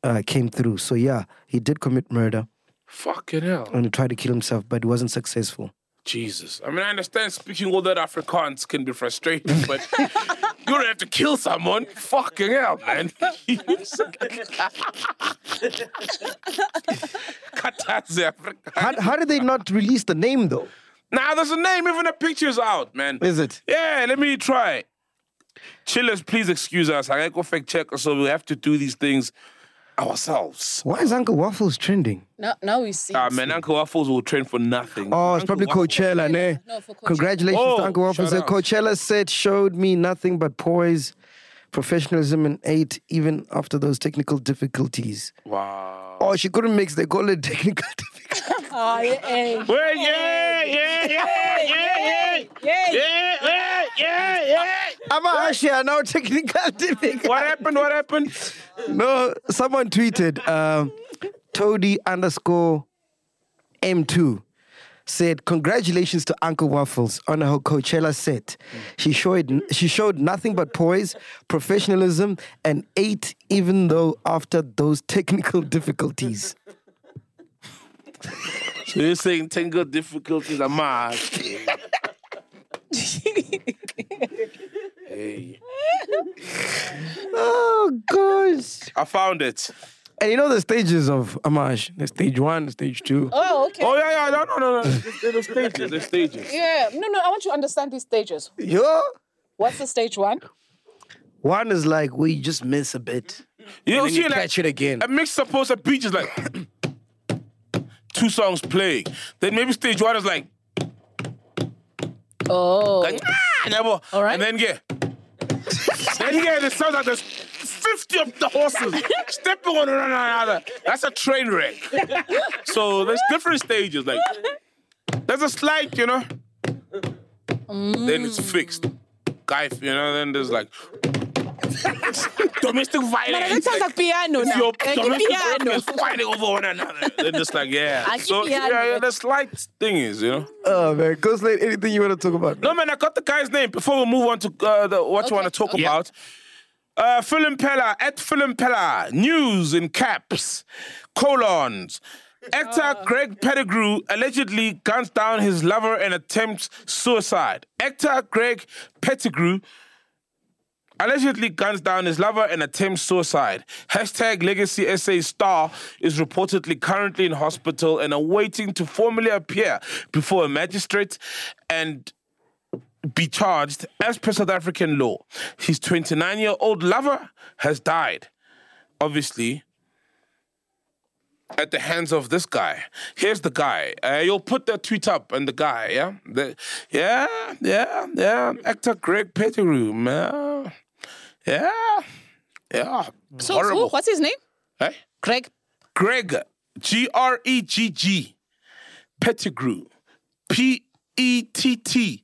C: uh, came through. So, yeah, he did commit murder
E: Fucking hell.
C: and he tried to kill himself, but he wasn't successful.
E: Jesus. I mean, I understand speaking all that Afrikaans can be frustrating, but you don't have to kill someone. Fucking hell, man. Katazi Africa.
C: How, how did they not release the name, though?
E: Now there's a name, even the picture's out, man.
C: Is it?
E: Yeah, let me try. Chillers, please excuse us. I go fact check, so we have to do these things ourselves.
C: Why is Uncle Waffles trending?
F: No, now we see.
E: Ah, man, Uncle Waffles will train for nothing.
C: Oh, it's
E: Uncle
C: probably
E: Waffles.
C: Coachella, ne?
F: No, for Coachella.
C: Congratulations
E: Oh,
C: to Uncle Waffles.
E: shout
C: The
E: out.
C: Coachella set showed me nothing but poise, professionalism, and eight, even after those technical difficulties.
E: Wow.
C: Oh, she couldn't mix. They call it technical difficulties.
F: Ah, yeah,
E: Well, yeah, yeah, yeah, yeah, yeah.
F: yeah, yeah.
E: Yeah, yeah, yeah, yeah.
C: I'm a Ashia, now technical difficulties.
E: What happened? What happened?
C: No, someone tweeted, um, Toady underscore M2 said, Congratulations to Uncle Waffles on her Coachella set. She showed, she showed nothing but poise, professionalism, and eight, even though after those technical difficulties.
E: So you're saying technical difficulties are mad. hey.
C: Oh gosh.
E: I found it.
C: And you know the stages of Amash. There's stage one, there's stage two.
F: Oh, okay.
E: Oh yeah, yeah, no, no, no, no. There's, there's stages. There's stages.
F: Yeah. No, no, I want you to understand these stages.
C: Yo.
F: What's the stage one?
C: One is like where you just miss a bit.
E: You
C: And
E: don't
C: then
E: see
C: you
E: like,
C: catch it again.
E: A mix supposed to be just like two songs play. Then maybe stage one is like,
F: Oh.
E: like ah, never.
F: All right.
E: And then yeah. then yeah, it sounds like there's 50 of the horses stepping on one another. That's a train wreck. so there's different stages. Like there's a slight, you know. Then it's fixed. Guy, you know, then there's like domestic
F: But
E: violence.
F: that sounds like piano now.
E: your
F: Like
E: domestic
F: piano.
E: workers fighting over one another. They're just like, yeah.
F: I keep
E: So yeah,
F: hearing
E: yeah,
F: it.
E: the slight thing is, you know.
C: Oh man, Ghostlight, anything you want to talk about?
E: No man, I got the guy's name before we move on to uh, the, what you want to talk about. Uh, Phil Pella at Phil Pella news in caps colons. Actor Greg Pettigrew allegedly guns down his lover and attempts suicide. Actor Greg Pettigrew allegedly guns down his lover and attempts suicide. Hashtag Legacy SA star is reportedly currently in hospital and awaiting to formally appear before a magistrate and be charged as per South African law. His 29 year old lover has died, obviously, at the hands of this guy. Here's the guy. Uh, you'll put that tweet up and the guy, yeah? The- yeah, yeah, yeah. Actor Greg Pettigrew, man. Yeah, yeah. It's
F: So, who?
E: horrible.
F: what's his name?
E: Hey?
F: Greg.
E: Greg, G R E G G, Pettigrew, P E T T,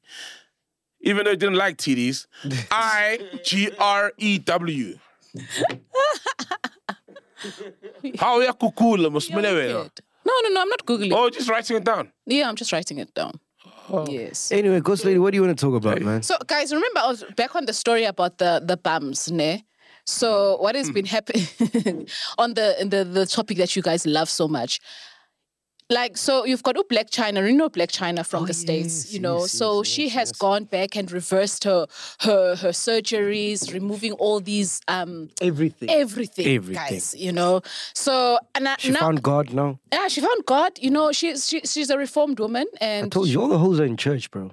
E: even though I didn't like TDs, I G R E W. How ya kukula musmele wena?
F: Wicked. No, no, no, I'm not Googling.
E: Oh, just writing it down.
F: Yeah, I'm just writing it down.
C: Oh.
F: Yes.
C: Anyway, Ghostlight, what do you want to talk about, man?
F: So, guys, remember I was back on the story about the the bums, ne? So, what
C: Hmm.
F: has been happening on the, the the topic that you guys love so much? Like, so you've got oh, Black China, you know Black China from
C: Oh,
F: the states, you know. so she has gone back and reversed her her her surgeries, removing all these um
C: Everything.
F: everything,
C: Everything.
F: guys, you know. So and I,
C: She
F: now,
C: found God now.
F: yeah, she found God. You know, she's she, she's a reformed woman, and
C: I told you all the hoes are in church, bro.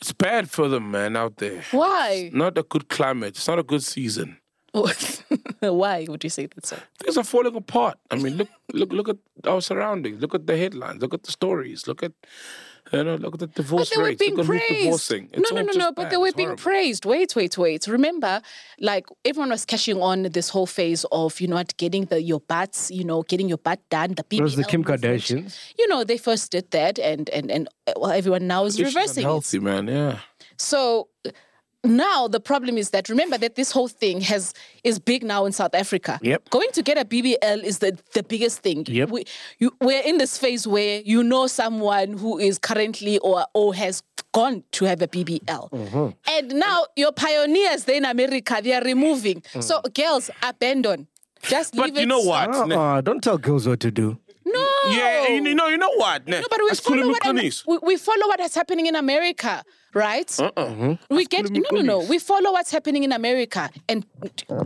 E: It's bad for them, man, out there.
F: why?
E: Not a good climate. It's not a good season.
F: why would you say that? So?
E: Things are falling apart. I mean, look, look, look at our surroundings. Look at the headlines. Look at the stories. Look at, you know, look at the
F: But
E: divorce
F: they were
E: rates.
F: being
E: look at who's
F: praised.
E: divorcing.
F: No,
E: It's
F: no,
E: all
F: no,
E: just
F: no. But
E: bad.
F: they were
E: It's
F: being
E: horrible.
F: praised. Wait, wait, wait. Remember, like everyone was catching on this whole phase of you know what, getting the your butts, you know, getting your butt done. The
C: It
F: people.
C: was the Kim Kardashians.
F: You know, they first did that, and and and uh, well, everyone now is reversing it.
E: Healthy man, yeah.
F: So uh, now the problem is that remember that this whole thing has is big now in South Africa.
C: Yep.
F: Going to get a BBL is the, the biggest thing.
C: Yep.
F: We you, we're in this phase where you know someone who is currently or or has gone to have a BBL.
E: Mm-hmm.
F: And now your pioneers there in America, they are removing. So girls, abandon. Just
E: Mm. But
F: leave
E: you
F: it.
E: know what? Ne-
C: Uh-uh, don't tell girls what to do.
F: No.
E: Yeah, you know, you know what?
F: No, but we follow, what an- we, we follow what is happening in America, right?
E: uh
F: we get no no no we follow what's happening in america and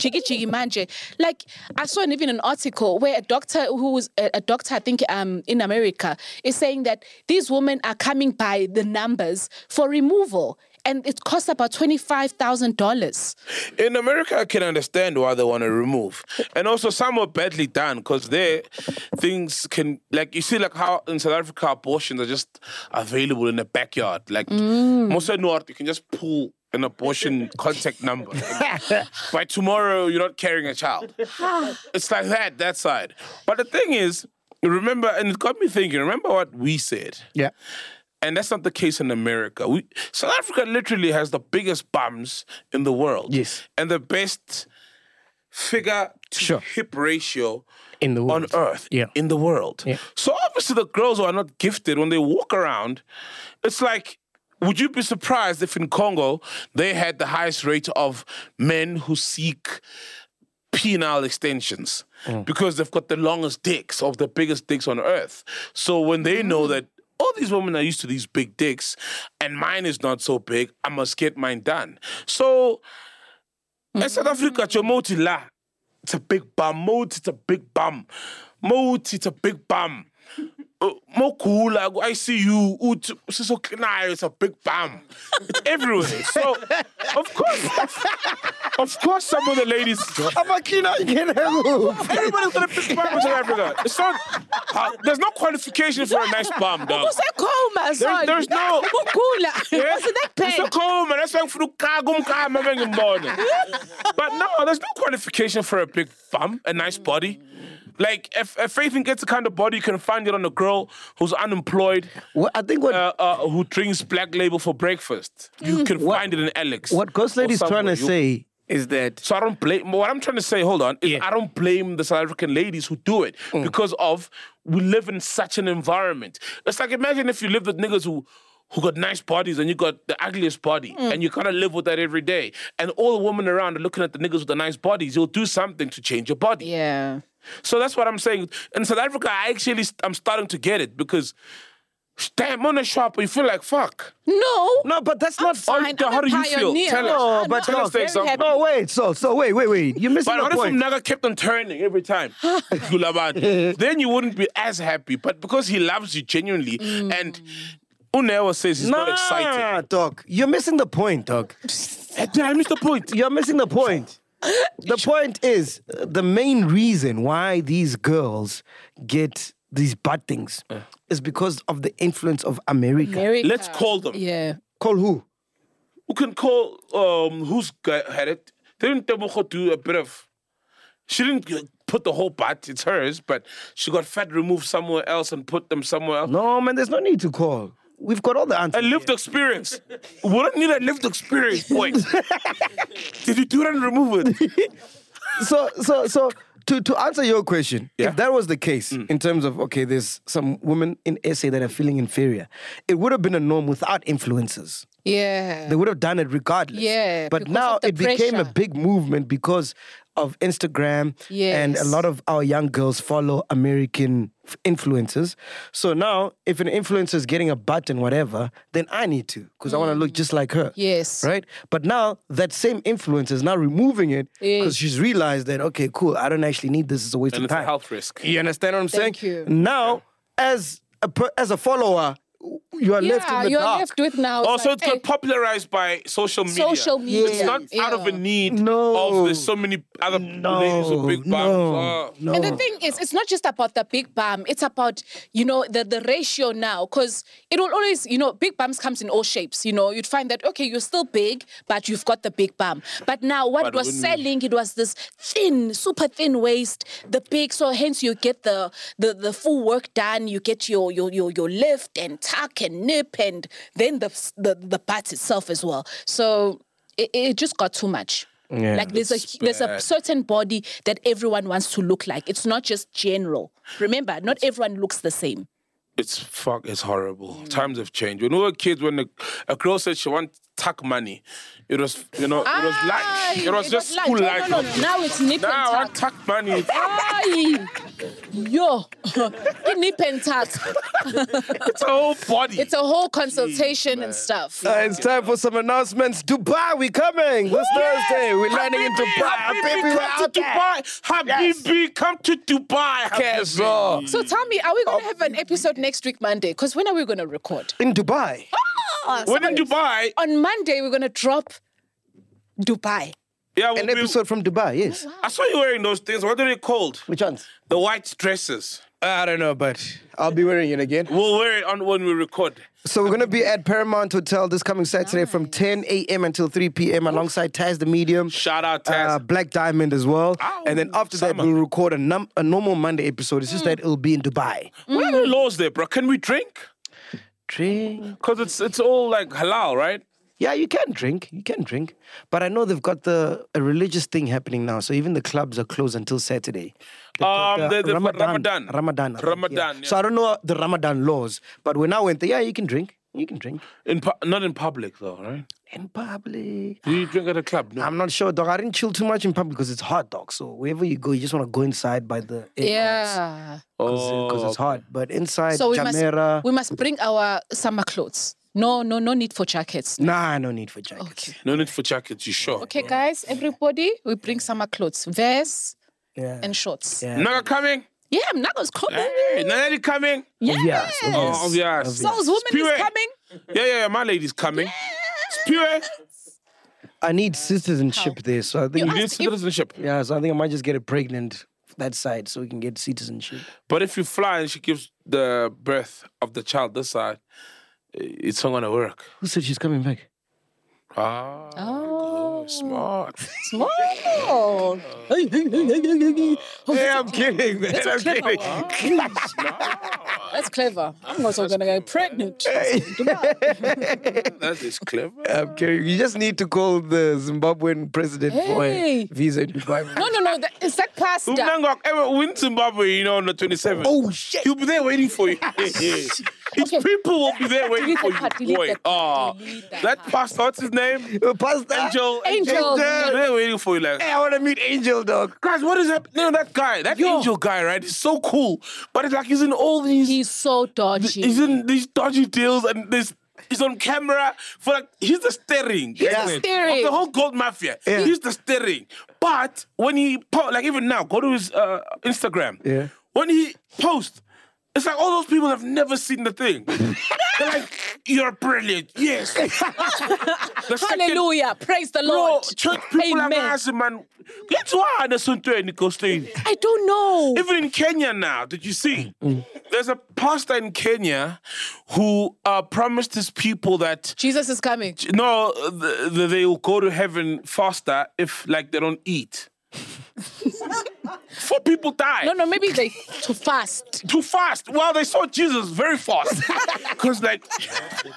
F: chiki chiki manje like i saw an, even an article where a doctor who was a, a doctor i think um in america is saying that these women are coming by the numbers for removal and it costs about $25,000.
E: In America, I can understand why they want to remove, and also some are badly done because there things can like you see like how in South Africa abortions are just available in the backyard. Like most of North, you can just pull an abortion contact number. By tomorrow, you're not carrying a child. it's like that that side. But the thing is, remember, and it got me thinking. Remember what we said.
C: Yeah.
E: And that's not the case in America. We, South Africa literally has the biggest bums in the world.
C: Yes.
E: And the best figure to
C: Sure.
E: hip ratio
C: In the
E: on
C: world.
E: earth.
C: Yeah.
E: In the world.
C: Yeah.
E: So obviously the girls who are not gifted, when they walk around, it's like, would you be surprised if in Congo they had the highest rate of men who seek penile extensions
C: Mm.
E: because they've got the longest dicks of the biggest dicks on earth. So when they know
C: Mm.
E: that all these women are used to these big dicks and mine is not so big, I must get mine done. So in South Africa, it's multi la. It's a big bum. Multi, it's a big bum. Multi, it's a big bum. Uh, More cool, like I see you. Ut, so clean, it's a big bum. It's everywhere. So, of course, of course, some of the ladies.
C: I'm a cleaner, you can have
E: Everybody's got a big bum in South Africa. It's not. uh, there's no qualification for a nice bum, dog.
F: Ukusekhoma, sorry.
E: Oh. there's no-
F: Ukugula. Wasn't that
E: It's a
F: pain?
E: coma. That's why for the morning. But no, there's no qualification for a big bum, a nice body. Like if if Faith can gets the kind of body you can find it on a girl who's unemployed,
C: What I think what
E: uh, uh, who drinks Black Label for breakfast,
F: Hmm.
E: you can find it in Alex.
C: what Ghost
E: or
C: Lady's trying
E: somewhere.
C: to
E: You-
C: say is that
E: So I don't blame. What I'm trying to say, hold on, is
C: Yeah.
E: I don't blame the South African ladies who do it
F: Mm.
E: because of we live in such an environment. It's like imagine if you live with niggas who who got nice bodies and you got the ugliest body
F: Mm.
E: and you gotta live with that every day. And all the women around are looking at the niggas with the nice bodies. You'll do something to change your body.
F: Yeah.
E: So that's what I'm saying. In South Africa, I actually I'm starting to get it because. Damn, on a shop, you feel like fuck.
F: No.
C: no, but that's not.
E: fine.
F: Fine,
E: how
F: I'm a
E: do you feel?
F: pioneer.
E: Tell us.
F: No,
C: but
F: no,
E: tell us the
F: very
E: example.
F: happy.
C: No, wait. So, so wait, wait, wait. You're missing
E: But
C: the
E: what if
C: point.
E: Naga kept on turning every time? Gulabani. then you wouldn't be as happy. But because he loves you genuinely, and Unewa says he's not excited.
C: dog. You're missing the point, dog.
E: Eh, Did I miss the point?
C: You're missing the point. The point is uh, the main reason why these girls get these bad things is because of the influence of America.
F: America.
E: Let's call them.
F: Yeah.
C: Call who?
E: We can call um who's got, had it. Didn't Tebogo do a bit of? She didn't g- put the whole butt. It's hers, but she got fat removed somewhere else and put them somewhere else.
C: No, man, there's no need to call. We've got all the answers.
E: A lived experience. We don't need a lived experience, boy. Did you do it and remove it?
C: so so so to, to answer your question,
E: Yeah.
C: if that was the case in terms of okay, there's some women in SA that are feeling inferior, it would have been a norm without influences.
F: Yeah.
C: They would have done it regardless.
F: Yeah,
C: But
F: because
C: now
F: of the
C: it became a
F: pressure.
C: big movement because of Instagram and a
F: Yes.
C: lot of our young girls follow American f- influencers. So now if an influencer is getting a button, whatever, then I need to because I want to look just like her.
F: Yes.
C: Right? But now that same influencer is now removing it because she's realized that, okay, cool, I don't actually need this. It's a waste
E: And
C: of
E: it's
C: time.
E: a health risk.
C: You understand what I'm
F: Thank
C: saying?
F: you.
C: Now, as a per, as a follower, you are left in
F: Yeah,
C: the
F: you're
C: dark.
F: left with now. it's
E: Also,
F: like,
E: Oh, it's got
F: hey,
E: popularized by social media.
F: Social media,
E: It's not out of a
F: yeah.
E: need
C: No.
E: of there's so many other ladies with big bums.
C: no,
E: Oh.
C: no.
F: And the thing is, it's not just about the big bum. It's about you know the the ratio now, because it will always you know big bums comes in all shapes. You know, you'd find that okay, you're still big, but you've got the big bum. But now what
E: But
F: was
E: when-
F: selling, it was this thin, super thin waist, the big. So hence you get the the the full work done. You get your your your your lift and tuck and nip, and then the the the butt itself as well. So it, it just got too much. Like there's a there's a
E: bad.
F: certain body that everyone wants to look like. It's not just general. Remember, not everyone looks the same.
E: It's fuck. It's horrible. Times have changed. When we were kids, when a, a girl said she want tuck money, it was you know it was
F: Aye,
E: lunch. It was just
F: lunch.
E: school
F: No,
E: lunch.
F: No, no, Now it's nip
E: Nah, I
F: and
E: want
F: tuck.
E: tuck money.
F: Aye. Yo, It's nip and tuck.
E: It's a whole body.
F: It's a whole consultation and stuff.
C: Uh, it's time for some announcements. Dubai, we coming this Thursday. We're landing in Dubai. Baby,
E: Habibi,
C: we're
E: come
C: out
E: to
C: there.
E: Dubai. Habibi, come to Dubai. Habibi.
F: so tell me, are we going to have an episode next week, Monday? Because when are we going to record?
C: In Dubai.
F: Ah,
E: When in
F: somebody-
E: Dubai,
F: On Monday, we're going to drop Dubai.
E: yeah, we'll
C: An
E: be-
C: episode from Dubai, yes.
E: I saw you wearing those things. What are they called?
C: Which ones?
E: The white dresses.
C: Uh, I don't know, but I'll be wearing it again.
E: We'll wear it on when we record.
C: So we're gonna be at Paramount Hotel this coming Saturday from 10 a.m. until 3 p.m. alongside Taz the Medium.
E: Shout out, Taz.
C: Uh, Black Diamond as well.
E: Ow,
C: and then after that,
E: summer.
C: we'll record a, num- a normal Monday episode. It's just
E: Hmm.
C: that it'll be in Dubai.
E: What are the laws there, bro? Can we drink?
C: Drink.
E: Because it's it's all like halal, right?
C: Yeah, you can drink. You can drink. But I know they've got the a religious thing happening now. So even the clubs are closed until Saturday. They've got
E: Um,
C: the
E: they- they've got Ramadan.
C: Ramadan. I think, yeah.
E: Ramadan,
C: So
E: yeah.
C: I don't know the Ramadan laws, but when I went there, yeah, you can drink. You can drink
E: In pu- not in public though, right?
C: in public.
E: Do you drink at a club? No.
C: I'm not sure, dog. I didn't chill too much in public because it's hot, dog. So wherever you go, you just want to go inside by the
F: Yeah.
C: because it's hot. But inside,
F: So we
C: Jamera,
F: must we must bring our summer clothes. No, no, no need for jackets.
C: nah, no need for jackets.
F: Okay.
E: No need for jackets. You sure?
F: Okay, guys, everybody, we bring summer clothes, vests
C: Yeah.
F: and shorts. Yeah,
C: yeah.
E: Naga coming?
F: I'm not as cold.
E: Hey, Naneli coming?
F: Yeah.
C: Obvious,
E: Oh,
C: obvious.
E: obvious.
F: Those women
E: Spirit.
F: is coming.
E: Yeah, yeah, yeah. My lady's coming. Spirit.
C: I need
F: Uh,
C: citizenship there, so I think
E: You need citizenship.
C: yeah, so I think I might just get it pregnant that side, so we can get citizenship.
E: But if you fly and she gives the birth of the child this side, it's not gonna work.
C: Who said she's coming back?
E: Ah,
F: Oh.
E: good, smart.
F: Small. Hey, hey, hey, hey, hey, hey. Oh,
C: Yeah, I'm kidding, man. I'm
F: clever
C: kidding.
F: That's clever. I'm also gonna get pregnant.
E: that is clever.
C: I'm kidding. You just need to call the Zimbabwean president for a
F: Hey.
C: visa in Dubai.
F: No, no, no. That, is that pasta?
E: Umnangagwa, ever win Zimbabwe, you know, on the 27th.
C: Oh shit!
E: He'll be there waiting for you. His
F: Okay.
E: people will be there waiting
F: Delete
E: for
F: that part,
E: you.
F: delete
E: Boy,
F: that
E: ah,
F: part, delete that
E: that
F: part.
E: pastor, what's his name? Ah,
C: Uh, Pastor,
E: Angel.
F: Angel.
E: They're they're waiting for you. Like,
C: Hey, I want to meet Angel, dog.
E: guys, what is happening? No, that guy, that angel guy, right? He's so cool, but it's like he's in all these.
F: He's so dodgy.
E: He's in these dodgy deals and this. He's on camera for like he's the steering, he's
F: the steering.
E: of the whole gold mafia. He's the steering. But when he po- like even now, go to his uh, Instagram.
C: Yeah.
E: When he posts, it's like all those people have never seen the thing. They're like, "You're brilliant, yes." The second-
F: Hallelujah. Praise the
E: Bro,
F: Lord.
E: church people are
F: Amen.
E: massive, man. Get why Anderson to any costume.
F: I don't know.
E: Even in Kenya now, did you see? There's a pastor in Kenya who uh, promised his people that
F: Jesus is coming.
E: no, th- th- they will go to heaven faster if like they don't eat. Four people die
F: No, no, maybe they too fast.
E: too fast. Well, they saw Jesus very fast because like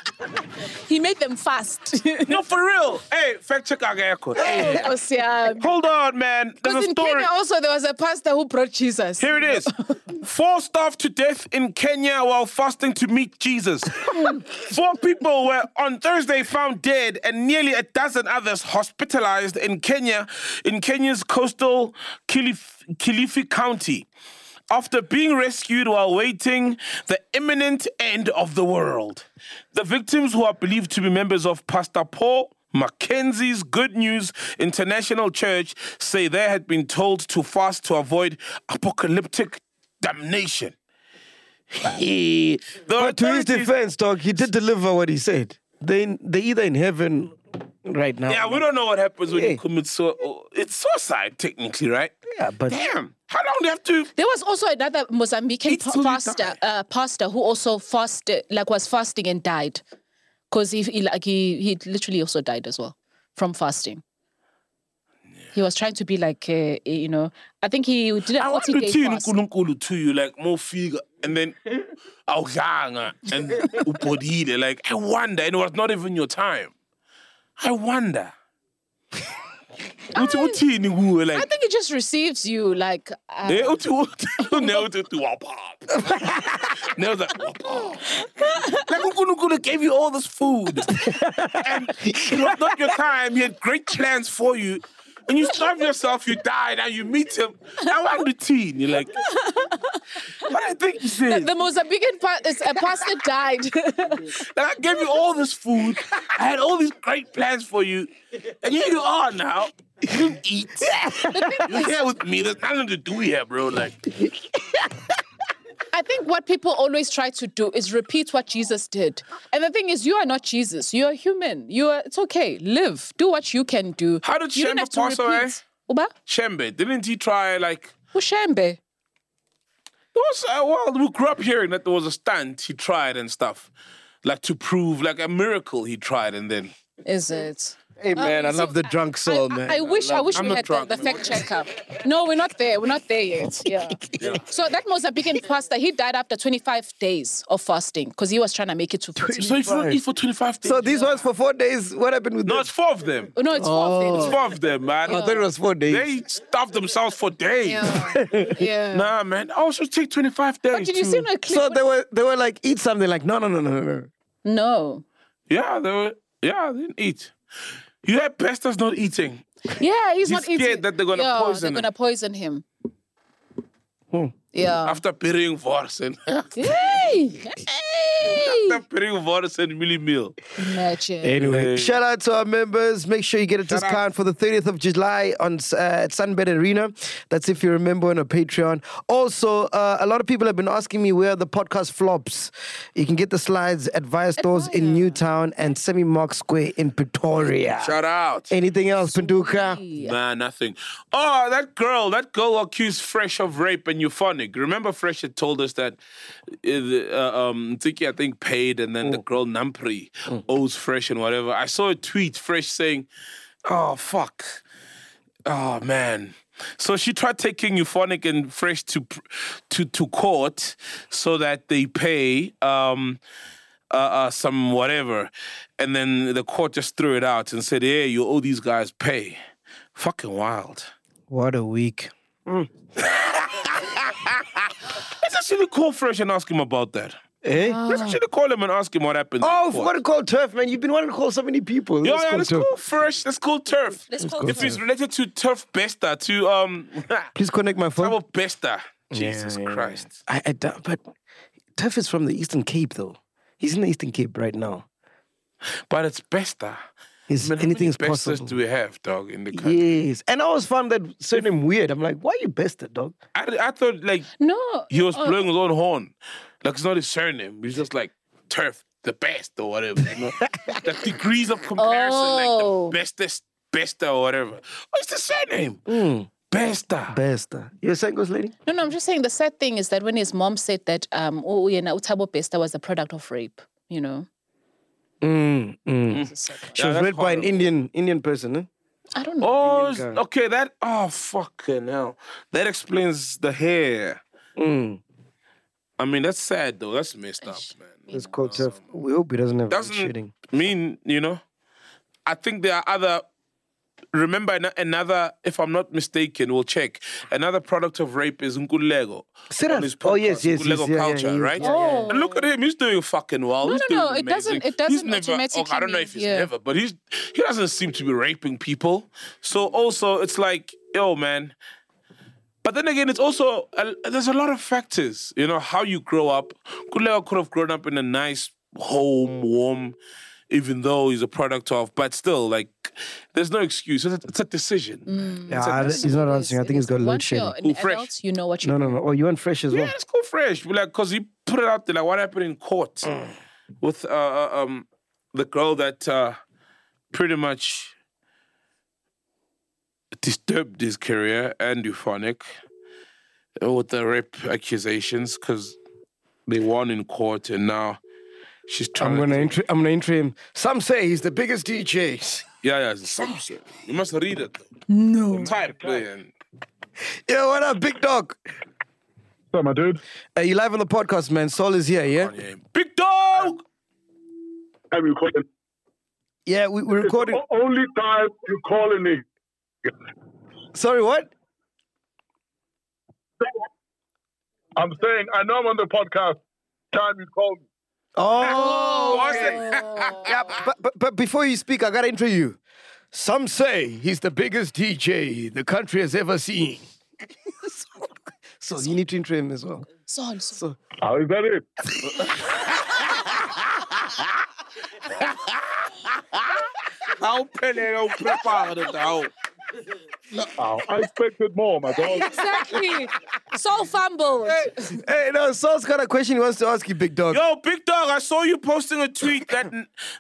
F: He made them fast.
E: no, for real. Hey, fact check our guy. Hey,
F: Oh, yeah.
E: hold on, man. There's
F: Because
E: a
F: in
E: story.
F: Kenya also there was a pastor who brought Jesus.
E: Here it is. Four starved to death in Kenya while fasting to meet Jesus. Four people were on Thursday found dead and nearly a dozen others hospitalized in Kenya, in Kenya's coastal Kilif- Kilifi County. After being rescued while waiting the imminent end of the world, the victims who are believed to be members of Pastor Paul Mackenzie's Good News International Church say they had been told to fast to avoid apocalyptic damnation. The
C: But to his
E: authorities-
C: defense, dog, he did deliver what he said. They they either in heaven right now.
E: Yeah, we don't know what happens when
C: Yeah.
E: you commit so oh, it's suicide technically, right?
C: Yeah, but
E: Damn, how long do you have to?
F: There was also another Mozambican
E: It's till
F: pa-
E: you
F: pastor, uh, pastor who also fasted, like was fasting and died, because he, he like he he literally also died as well from fasting. He was trying to be like uh, you know, I think he did a
E: I want
F: forty
E: to
F: day
E: tell
F: fast.
E: uNkulunkulu to you like more figure and then awudlanga and ubodile like I wonder and it was not even your time. I wonder. uthi uthini kuwe
F: I
E: like
F: think he just receives you like uh,
E: eh uthi uthi nawe uthi uthi wapapa. Nawe uthi wapapa. Like uNkulunkulu gave you all this food and it was not your time. He had great plans for you. And you starve yourself, you die, now you meet him. I want the teen. You're like, but I think you said.
F: the Mozambican pa- is- a pastor died.
E: Like I gave you all this food. I had all these great plans for you. And here you are now. You didn't eat. You're here with me. There's nothing to do here, bro. Like,
F: I think what people always try to do is repeat what Jesus did. And the thing is, you are not Jesus. You are human. You are. It's okay. Live. Do what you can do.
E: How did
F: you don't
E: Shembe
F: have to
E: pass away?
F: repeat. Uba?
E: Shembe, didn't he try, like,
F: Ushembe.
E: there was, uh, well, we grew up hearing that there was a stunt he tried and stuff. Like, to prove, like, a miracle he tried and then.
F: Is it?
C: hey man, I love the drunk soul,
F: I,
C: man.
F: I wish. I, wish
E: I'm
F: we
E: not
F: had
E: drunk,
F: the, the fact checker. No, we're not there. We're not there yet. Yeah. So that Mozambican pastor, he died after 25 days of fasting because he was trying to make it to 40.
E: So if you don't eat for 25 days.
C: so these ones for four days. What happened with
E: no,
C: them?
E: it's four of them.
F: No, it's four of them.
E: It's four of them, man.
C: I thought it was four days.
E: They stuffed themselves for days.
F: Yeah. yeah.
E: Nah, man. I also take 25 days.
F: Did you
E: to-
F: see my clip?
C: so they were they were like eat something like no no no no no no.
F: No.
E: Yeah, they were. Yeah, they didn't eat. You had pastors not eating.
F: Yeah, he's,
E: He's
F: not
E: scared
F: eating.
E: that they're gonna
F: yeah,
E: poison
F: They're
E: him.
F: gonna poison him. Yeah.
E: After burying Vorsen.
F: Hey! Hey!
E: After burying Vorsen, Millie Mill.
F: Imagine.
C: Anyway, shout out to our members. Make sure you get a
E: Shout out.
C: discount for the 30th of July on uh, at Sunbed Arena. That's if you remember on a Patreon. Also, uh, a lot of people have been asking me where the podcast flops. You can get the slides at Via Stores in Newtown and Semi Mark Square in Pretoria.
E: Shout out.
C: Anything else, Panduka?
E: Nah, nothing. Oh, that girl, that girl accused Fresh of rape and euphonic. Remember, Fresh had told us that uh, the, uh, um, Tiki, I think, paid, and then the girl Nampri owes Fresh and whatever. I saw a tweet, Fresh saying, "Oh fuck, oh man." So she tried taking euphonic and Fresh to pr- to to court so that they pay. Um, uh, uh, some whatever, and then the court just threw it out and said, "Yeah, you owe these guys pay." Fucking wild.
C: What a week.
E: Let's actually call Fresh and ask him about that.
C: Eh?
F: Uh,
E: Let's actually call him and ask him what happened.
C: Oh,
E: in
C: I
E: court.
C: forgot to call Turf, man. You've been wanting to call so many people.
E: Yeah,
C: Let's
E: yeah,
C: call
E: let's
C: Turf.
E: call Fresh. Let's call Turf.
F: Let's call
E: If he's related to Turf Besta, to um,
C: Please connect my phone.
E: Double Besta. Jesus Christ.
C: I, I doubt, but Tuff is from the Eastern Cape, though. He's in the Eastern Cape right now.
E: But it's Besta.
C: Is
E: Man, how many
C: anything's
E: Bestas
C: possible?
E: do we have, dog, in the country?
C: Yes, and I always found that surname weird. I'm like, why you bested, dog?
E: I, I thought like
F: No.
E: he was
F: oh,
E: blowing his own horn. Like it's not his surname. He's just like Turf, the best or whatever. You know? the degrees of comparison,
F: Oh.
E: like the bestest, Besta or whatever. Oh, it's the surname.
F: Hmm.
E: Besta.
C: Besta. You're saying, ghost lady?
F: No, no, I'm just saying the sad thing is that when his mom said that um oh yeah, Utabo Besta was the product of rape, you know.
C: Mm, mm.
F: It's a sad one.
C: She
E: Yeah,
C: was
E: that's
C: read by an
E: horrible.
C: Indian Indian person. Eh?
F: I don't know.
E: Oh,
C: Indian
E: s-
C: guy.
E: okay. That oh fucking hell. That explains the hair.
F: Hmm.
C: Mm.
E: I mean, that's sad though. That's messed up, man.
C: It's called Tuff. We hope he doesn't have
E: Doesn't
C: shitting.
E: mean you know. I think there are other. Remember ano- another, if I'm not mistaken, we'll check. Another product of rape is Nkulego.
C: Serious?
E: on his
C: Oh, yes,
E: podcast,
C: yes,
E: Nkulego
C: yes, yeah, yeah,
E: culture,
C: yeah,
E: right?
C: yeah,
F: yeah, yeah.
E: And look at him; he's doing fucking well.
F: No,
E: he's
F: no,
E: doing
F: no, it doesn't-
E: amazing.
F: it doesn't
E: He's never,
F: automatically
E: okay, I don't know if
F: mean-
E: he's
F: yeah.
E: never, but he's he doesn't seem to be raping people. So also, it's like, yo, man. But then again, it's also a, there's a lot of factors. You know how you grow up. Kuleo could have grown up in a nice home, warm, even though he's a product of. But still, like, there's no excuse. It's a, it's a decision.
F: Mm.
C: Yeah, Oh, he's not answering. I think he's got load
F: Once
C: shedding.
F: you're an
E: Ooh, fresh.
F: adult, you know what you
C: No, no, no. Oh, you want fresh as
E: Yeah,
C: well?
E: let's go fresh. Like, because he put it out there, like, what happened in court with uh, uh, um, the girl that uh, pretty much disturbed his career and euphonic uh, with the rape accusations because they won in court and now she's trying
C: I'm
E: to.
C: gonna intro. I'm gonna intro him. Some say he's the biggest DJ.
E: Yeah, yeah, it's some shit. You must read it.
C: No.
E: Type, man.
C: Yo, what up, big dog?
N: What's up, my dude?
C: Uh, you live on the podcast, man. Sol is here, yeah?
E: Yeah. Big dog!
N: I recording.
C: Yeah, we, we
N: It's
C: recorded.
N: the o- only time you calling me.
C: Sorry, what?
N: I'm saying I know I'm on the podcast. Time you call me.
C: Oh,
E: What's
C: okay.
E: it?
C: yeah, but, but, but before you speak, I gotta intro you. Some say he's the biggest DJ the country has ever seen. so, you need to intro him as well.
F: Sol, Sol.
C: So,
N: How is that it?
E: How Pelé prepared though.
N: Oh, I expected more, my dog.
F: Exactly. Sol fumbled.
C: hey, no, Sol's got a question he wants to ask you, big dog.
E: Yo, big dog, I saw you posting a tweet that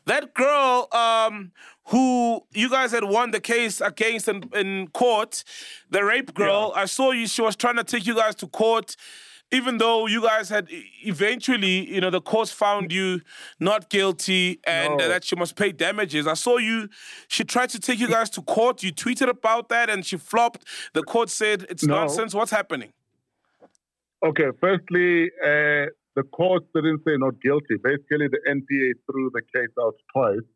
E: that girl um who you guys had won the case against in, in court, the rape girl. I saw you she was trying to take you guys to court. Even though you guys had e- eventually, you know, the courts found you not guilty and uh, that she must pay damages. I saw you, she tried to take you guys to court. You tweeted about that and she flopped. The court said, it's
N: No.
E: nonsense. What's happening?
N: Okay, firstly, uh, the court didn't say not guilty. Basically, the NPA threw the case out twice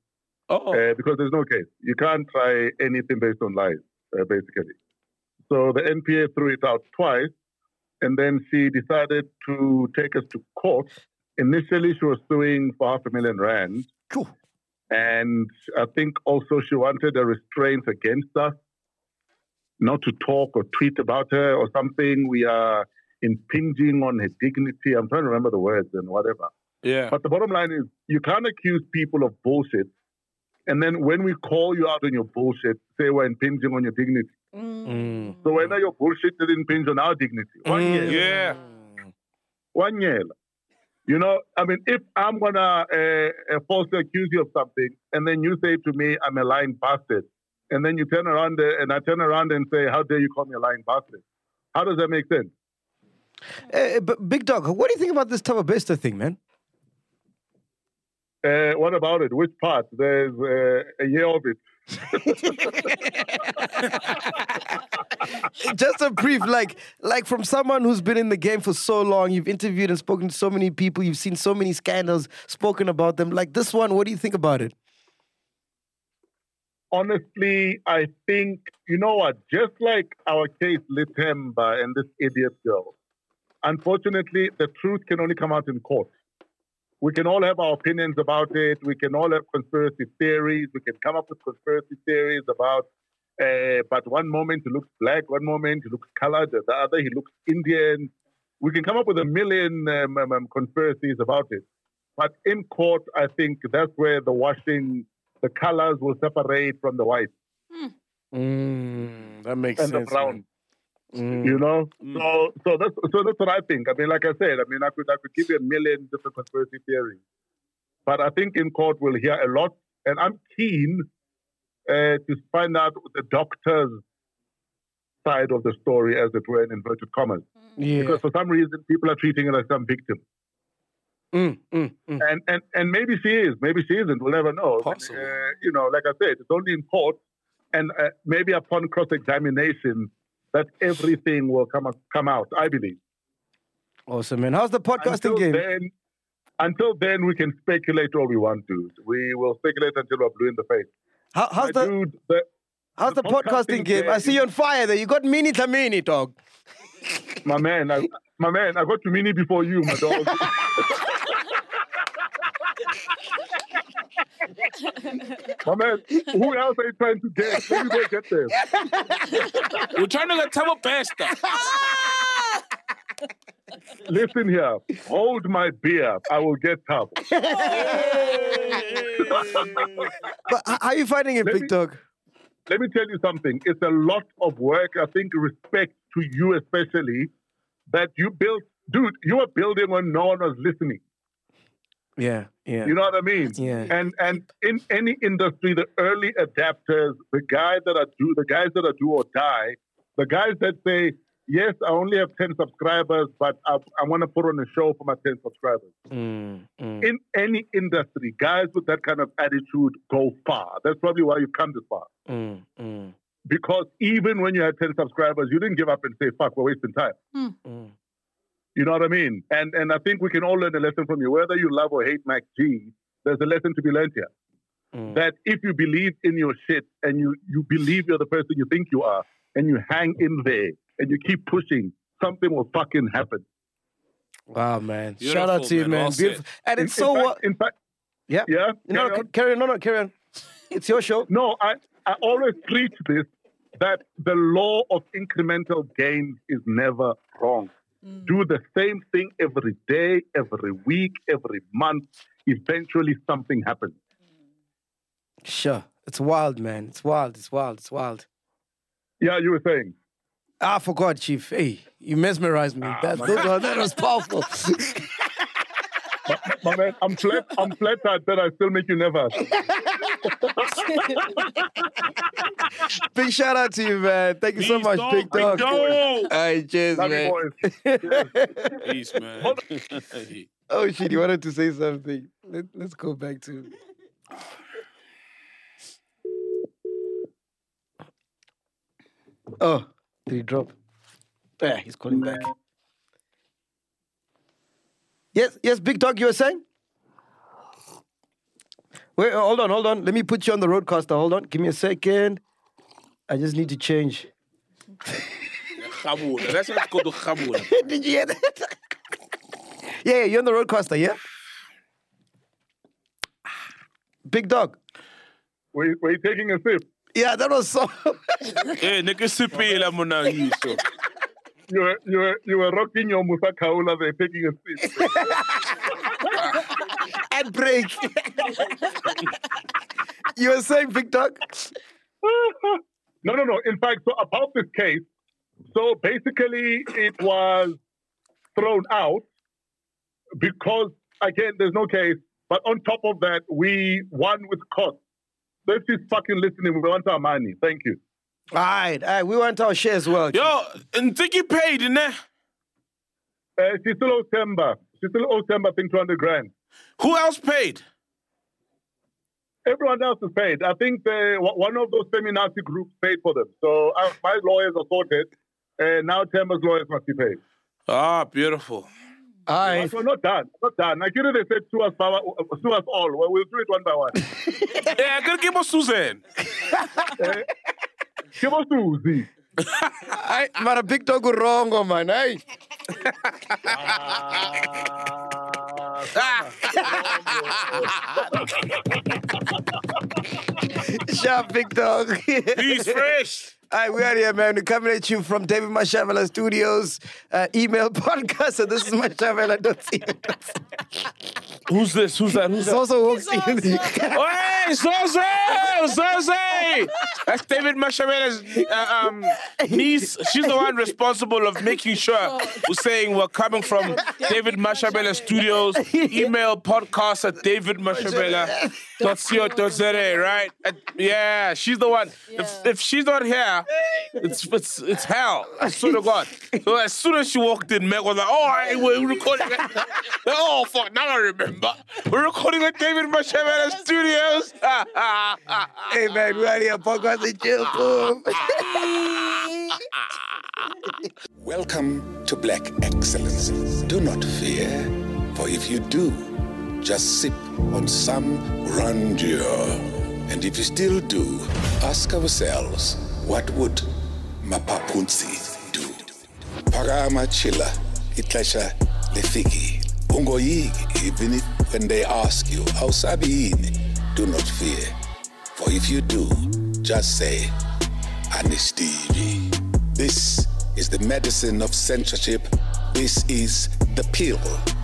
E: Oh.
N: uh, because there's no case. You can't try anything based on lies, uh, basically. So the NPA threw it out twice, and then she decided to take us to court Initially, she was suing for half a million rand. And I think also she wanted a restraint against us, not to talk or tweet about her or something. We are impinging on her dignity. I'm trying to remember the words and whatever.
E: Yeah.
N: But the bottom line is, you can't accuse people of bullshit. And then when we call you out on your bullshit, say we're impinging on your dignity.
C: Mm.
N: So whether your bullshit did impinge on our dignity. One year.
E: Yeah.
N: One year. You know, I mean, if I'm going to uh, uh, falsely accuse you of something, and then you say to me, I'm a lying bastard, and then you turn around uh, and I turn around and say, How dare you call me a lying bastard? How does that make sense?
C: Eh, but Big Dog, what do you think about this Tabo Bester thing, man?
N: Uh, what about it? Which part? There's uh, a year of it.
C: Just a brief, like, like from someone who's been in the game for so long, you've interviewed and spoken to so many people, you've seen so many scandals, spoken about them. Like this one, what do you think about it?
N: honestly, I think you know what? Just like our case Litemba and this idiot girl, unfortunately, the truth can only come out in court. We can all have our opinions about it. We can all have conspiracy theories. We can come up with conspiracy theories about. Uh, but one moment he looks black, one moment he looks colored, the other he looks Indian. We can come up with a million um, um, um, conspiracies about it. But in court, I think that's where the washing, the colors will separate from the white
C: Mm, that makes
N: and
C: sense.
N: the brown.
C: man. Mm.
N: You know, so so that's so that's what I think. I mean, like I said, I mean, I could I could give you a million different conspiracy theories, but I think in court we'll hear a lot, and I'm keen uh, to find out the doctor's side of the story, as it were, in inverted commas,
C: Yeah.
N: because for some reason people are treating her as some victim.
C: Mm, mm, mm.
N: And, and and maybe she is, maybe she isn't. We'll never know. But,
E: Possible.
N: uh, you know, like I said, it's only in court, and uh, maybe upon cross examination that everything will come come out. I believe.
C: Awesome, man. How's the podcasting
N: Until
C: game?
N: then, until then, we can speculate all we want to. We will speculate until we're blue in the face.
C: How, how's
N: My
C: the
N: dude, the,
C: how's the,
N: the
C: podcasting,
N: podcasting
C: game? I
N: game-
C: see you on fire there. You got mini Tamini, dog.
N: my man, I, my man, I got to mini before you, my dog. my man, who else are you trying to get? Let me go get them.
E: We're trying to get Tabo Bester.
N: Listen here, hold my beer. I will get tough.
C: But h- how are you finding it,
N: Let
C: Big
N: me-
C: Dog?
N: Let me tell you something. It's a lot of work. I think respect to you, especially that you built, dude. You were building when no one was listening.
C: Yeah, yeah.
N: You know what I mean?
C: Yeah.
N: And and in any industry, the early adapters, the guys that are do, the guys that are do or die, the guys that say, yes, I only have ten subscribers, but I, I want to put on a show for my ten subscribers.
C: Mm, mm.
N: in any industry, guys with that kind of attitude go far. That's probably why you come this far.
C: Mm, mm,
N: Because even when you had 10 subscribers, you didn't give up and say, fuck, we're wasting time.
C: mm.
N: You know what I mean? And and I think we can all learn a lesson from you. Whether you love or hate Mac G, there's a lesson to be learned here.
C: Mm.
N: That if you believe in your shit and you, you believe you're the person you think you are, and you hang in there and you keep pushing, something will fucking happen.
C: Wow, man. Shout out
E: Beautiful,
C: to you,
E: man.
C: man.
E: Well said.
C: Beautiful. And
N: In-
C: it's so
N: in fact,
C: what?
N: in fact,
C: Yeah.
N: yeah.
C: No,
N: carry
C: no, carry on.
N: on.
C: No, no, carry on. It's your show.
N: No, I, I always preach this that the law of incremental gains is never wrong. Do the same thing every day, every week, every month. Eventually, something happens.
C: Sure. It's wild, man. It's wild. It's wild. It's wild.
N: Yeah, you were saying.
C: Ah, I forgot, Chief. Hey, you mesmerized
N: Ah,
C: me. that, those were- that was powerful.
N: My man, I'm, flat, I'm flattered that I still make you nervous.
C: Big shout out to you, man. Thank you so much, Big Dog.
E: Dog.
C: All right, cheers,
N: Love
C: man.
N: you, boys.
E: Peace, man.
C: Oh shit, you wanted to say something. Let, let's go back to. Oh, did he drop? Yeah, he's calling back. Yes, yes, big dog, you were saying? Wait, uh, hold on, hold on. Let me put you on the roadcaster. Hold on, give me a second. I just need to change.
E: Khabula. That's what's called the Khabula.
C: Did you hear that? Yeah, yeah, you're on the roadcaster, yeah? Big dog.
N: Were, were you taking a sip?
C: Yeah, that was so.
E: Eh, nigga sipila mona ngisho.
N: You were, you were, you were rocking your Musa Kaula, they're taking a sip.
C: Ad break. you were saying Big Dog?
N: no, no, no. In fact, so about this case, so basically it was thrown out because, again, there's no case. But on top of that, we won with cost. So if she's fucking listening, we want our money. Thank you.
C: All right, all right. We want our share as well.
E: Yo, and think you paid, innit?
N: Uh, she still owes Temba. She still owes Temba, I think, 200 grand.
E: Who else paid?
N: Everyone else is paid. I think they, o- one of those feminazi groups paid for them. So uh, my lawyers are sorted, and now Temba's lawyers must be paid.
E: Ah, beautiful.
N: But we're not done. Not done. I get it. They said sue us, power- uh, sue us all. Well, we'll do it one by one.
E: yeah, I could give us Suzanne.
N: Eh? give us Susie.
C: I, but a Big Dog was wrong, man. Hey.
E: Ah,
C: Sharp, Big Dog.
E: He's fresh.
C: All right, we are here, man. We're coming at you from David Mashavela Studios. Uh, email podcast. So this is mashavela.co.
E: Who's this? Who's that? Who's
C: It's
E: that?
C: also walks in.
E: Hey, Soze! Soze! That's David Mashavela's uh, um, niece. She's the one responsible of making sure we're saying we're coming from David Mashabela Studios. Email podcast at davidmashabela.co.za, right? Uh, yeah, she's the one. If, if she's not here, it's it's it's hell. I swear to God. So as soon as she walked in, Meg was like, "Oh, hey, we're recording." at-" oh fuck! Now I remember. We're recording at David Mashabela Studios.
C: Hey, man, we are here, podcast and chill. Boom.
A: Welcome to Black Excellence. Do not fear, for if you do, just sip on some grandeur. And if you still do, ask ourselves, what would Mapapunzi do? Parama chila, itlesha lefiki. Ungoyiki, even if when they ask you, Ausabiini, do not fear. For if you do, just say, Anistivi. This is the medicine of censorship. This is the pill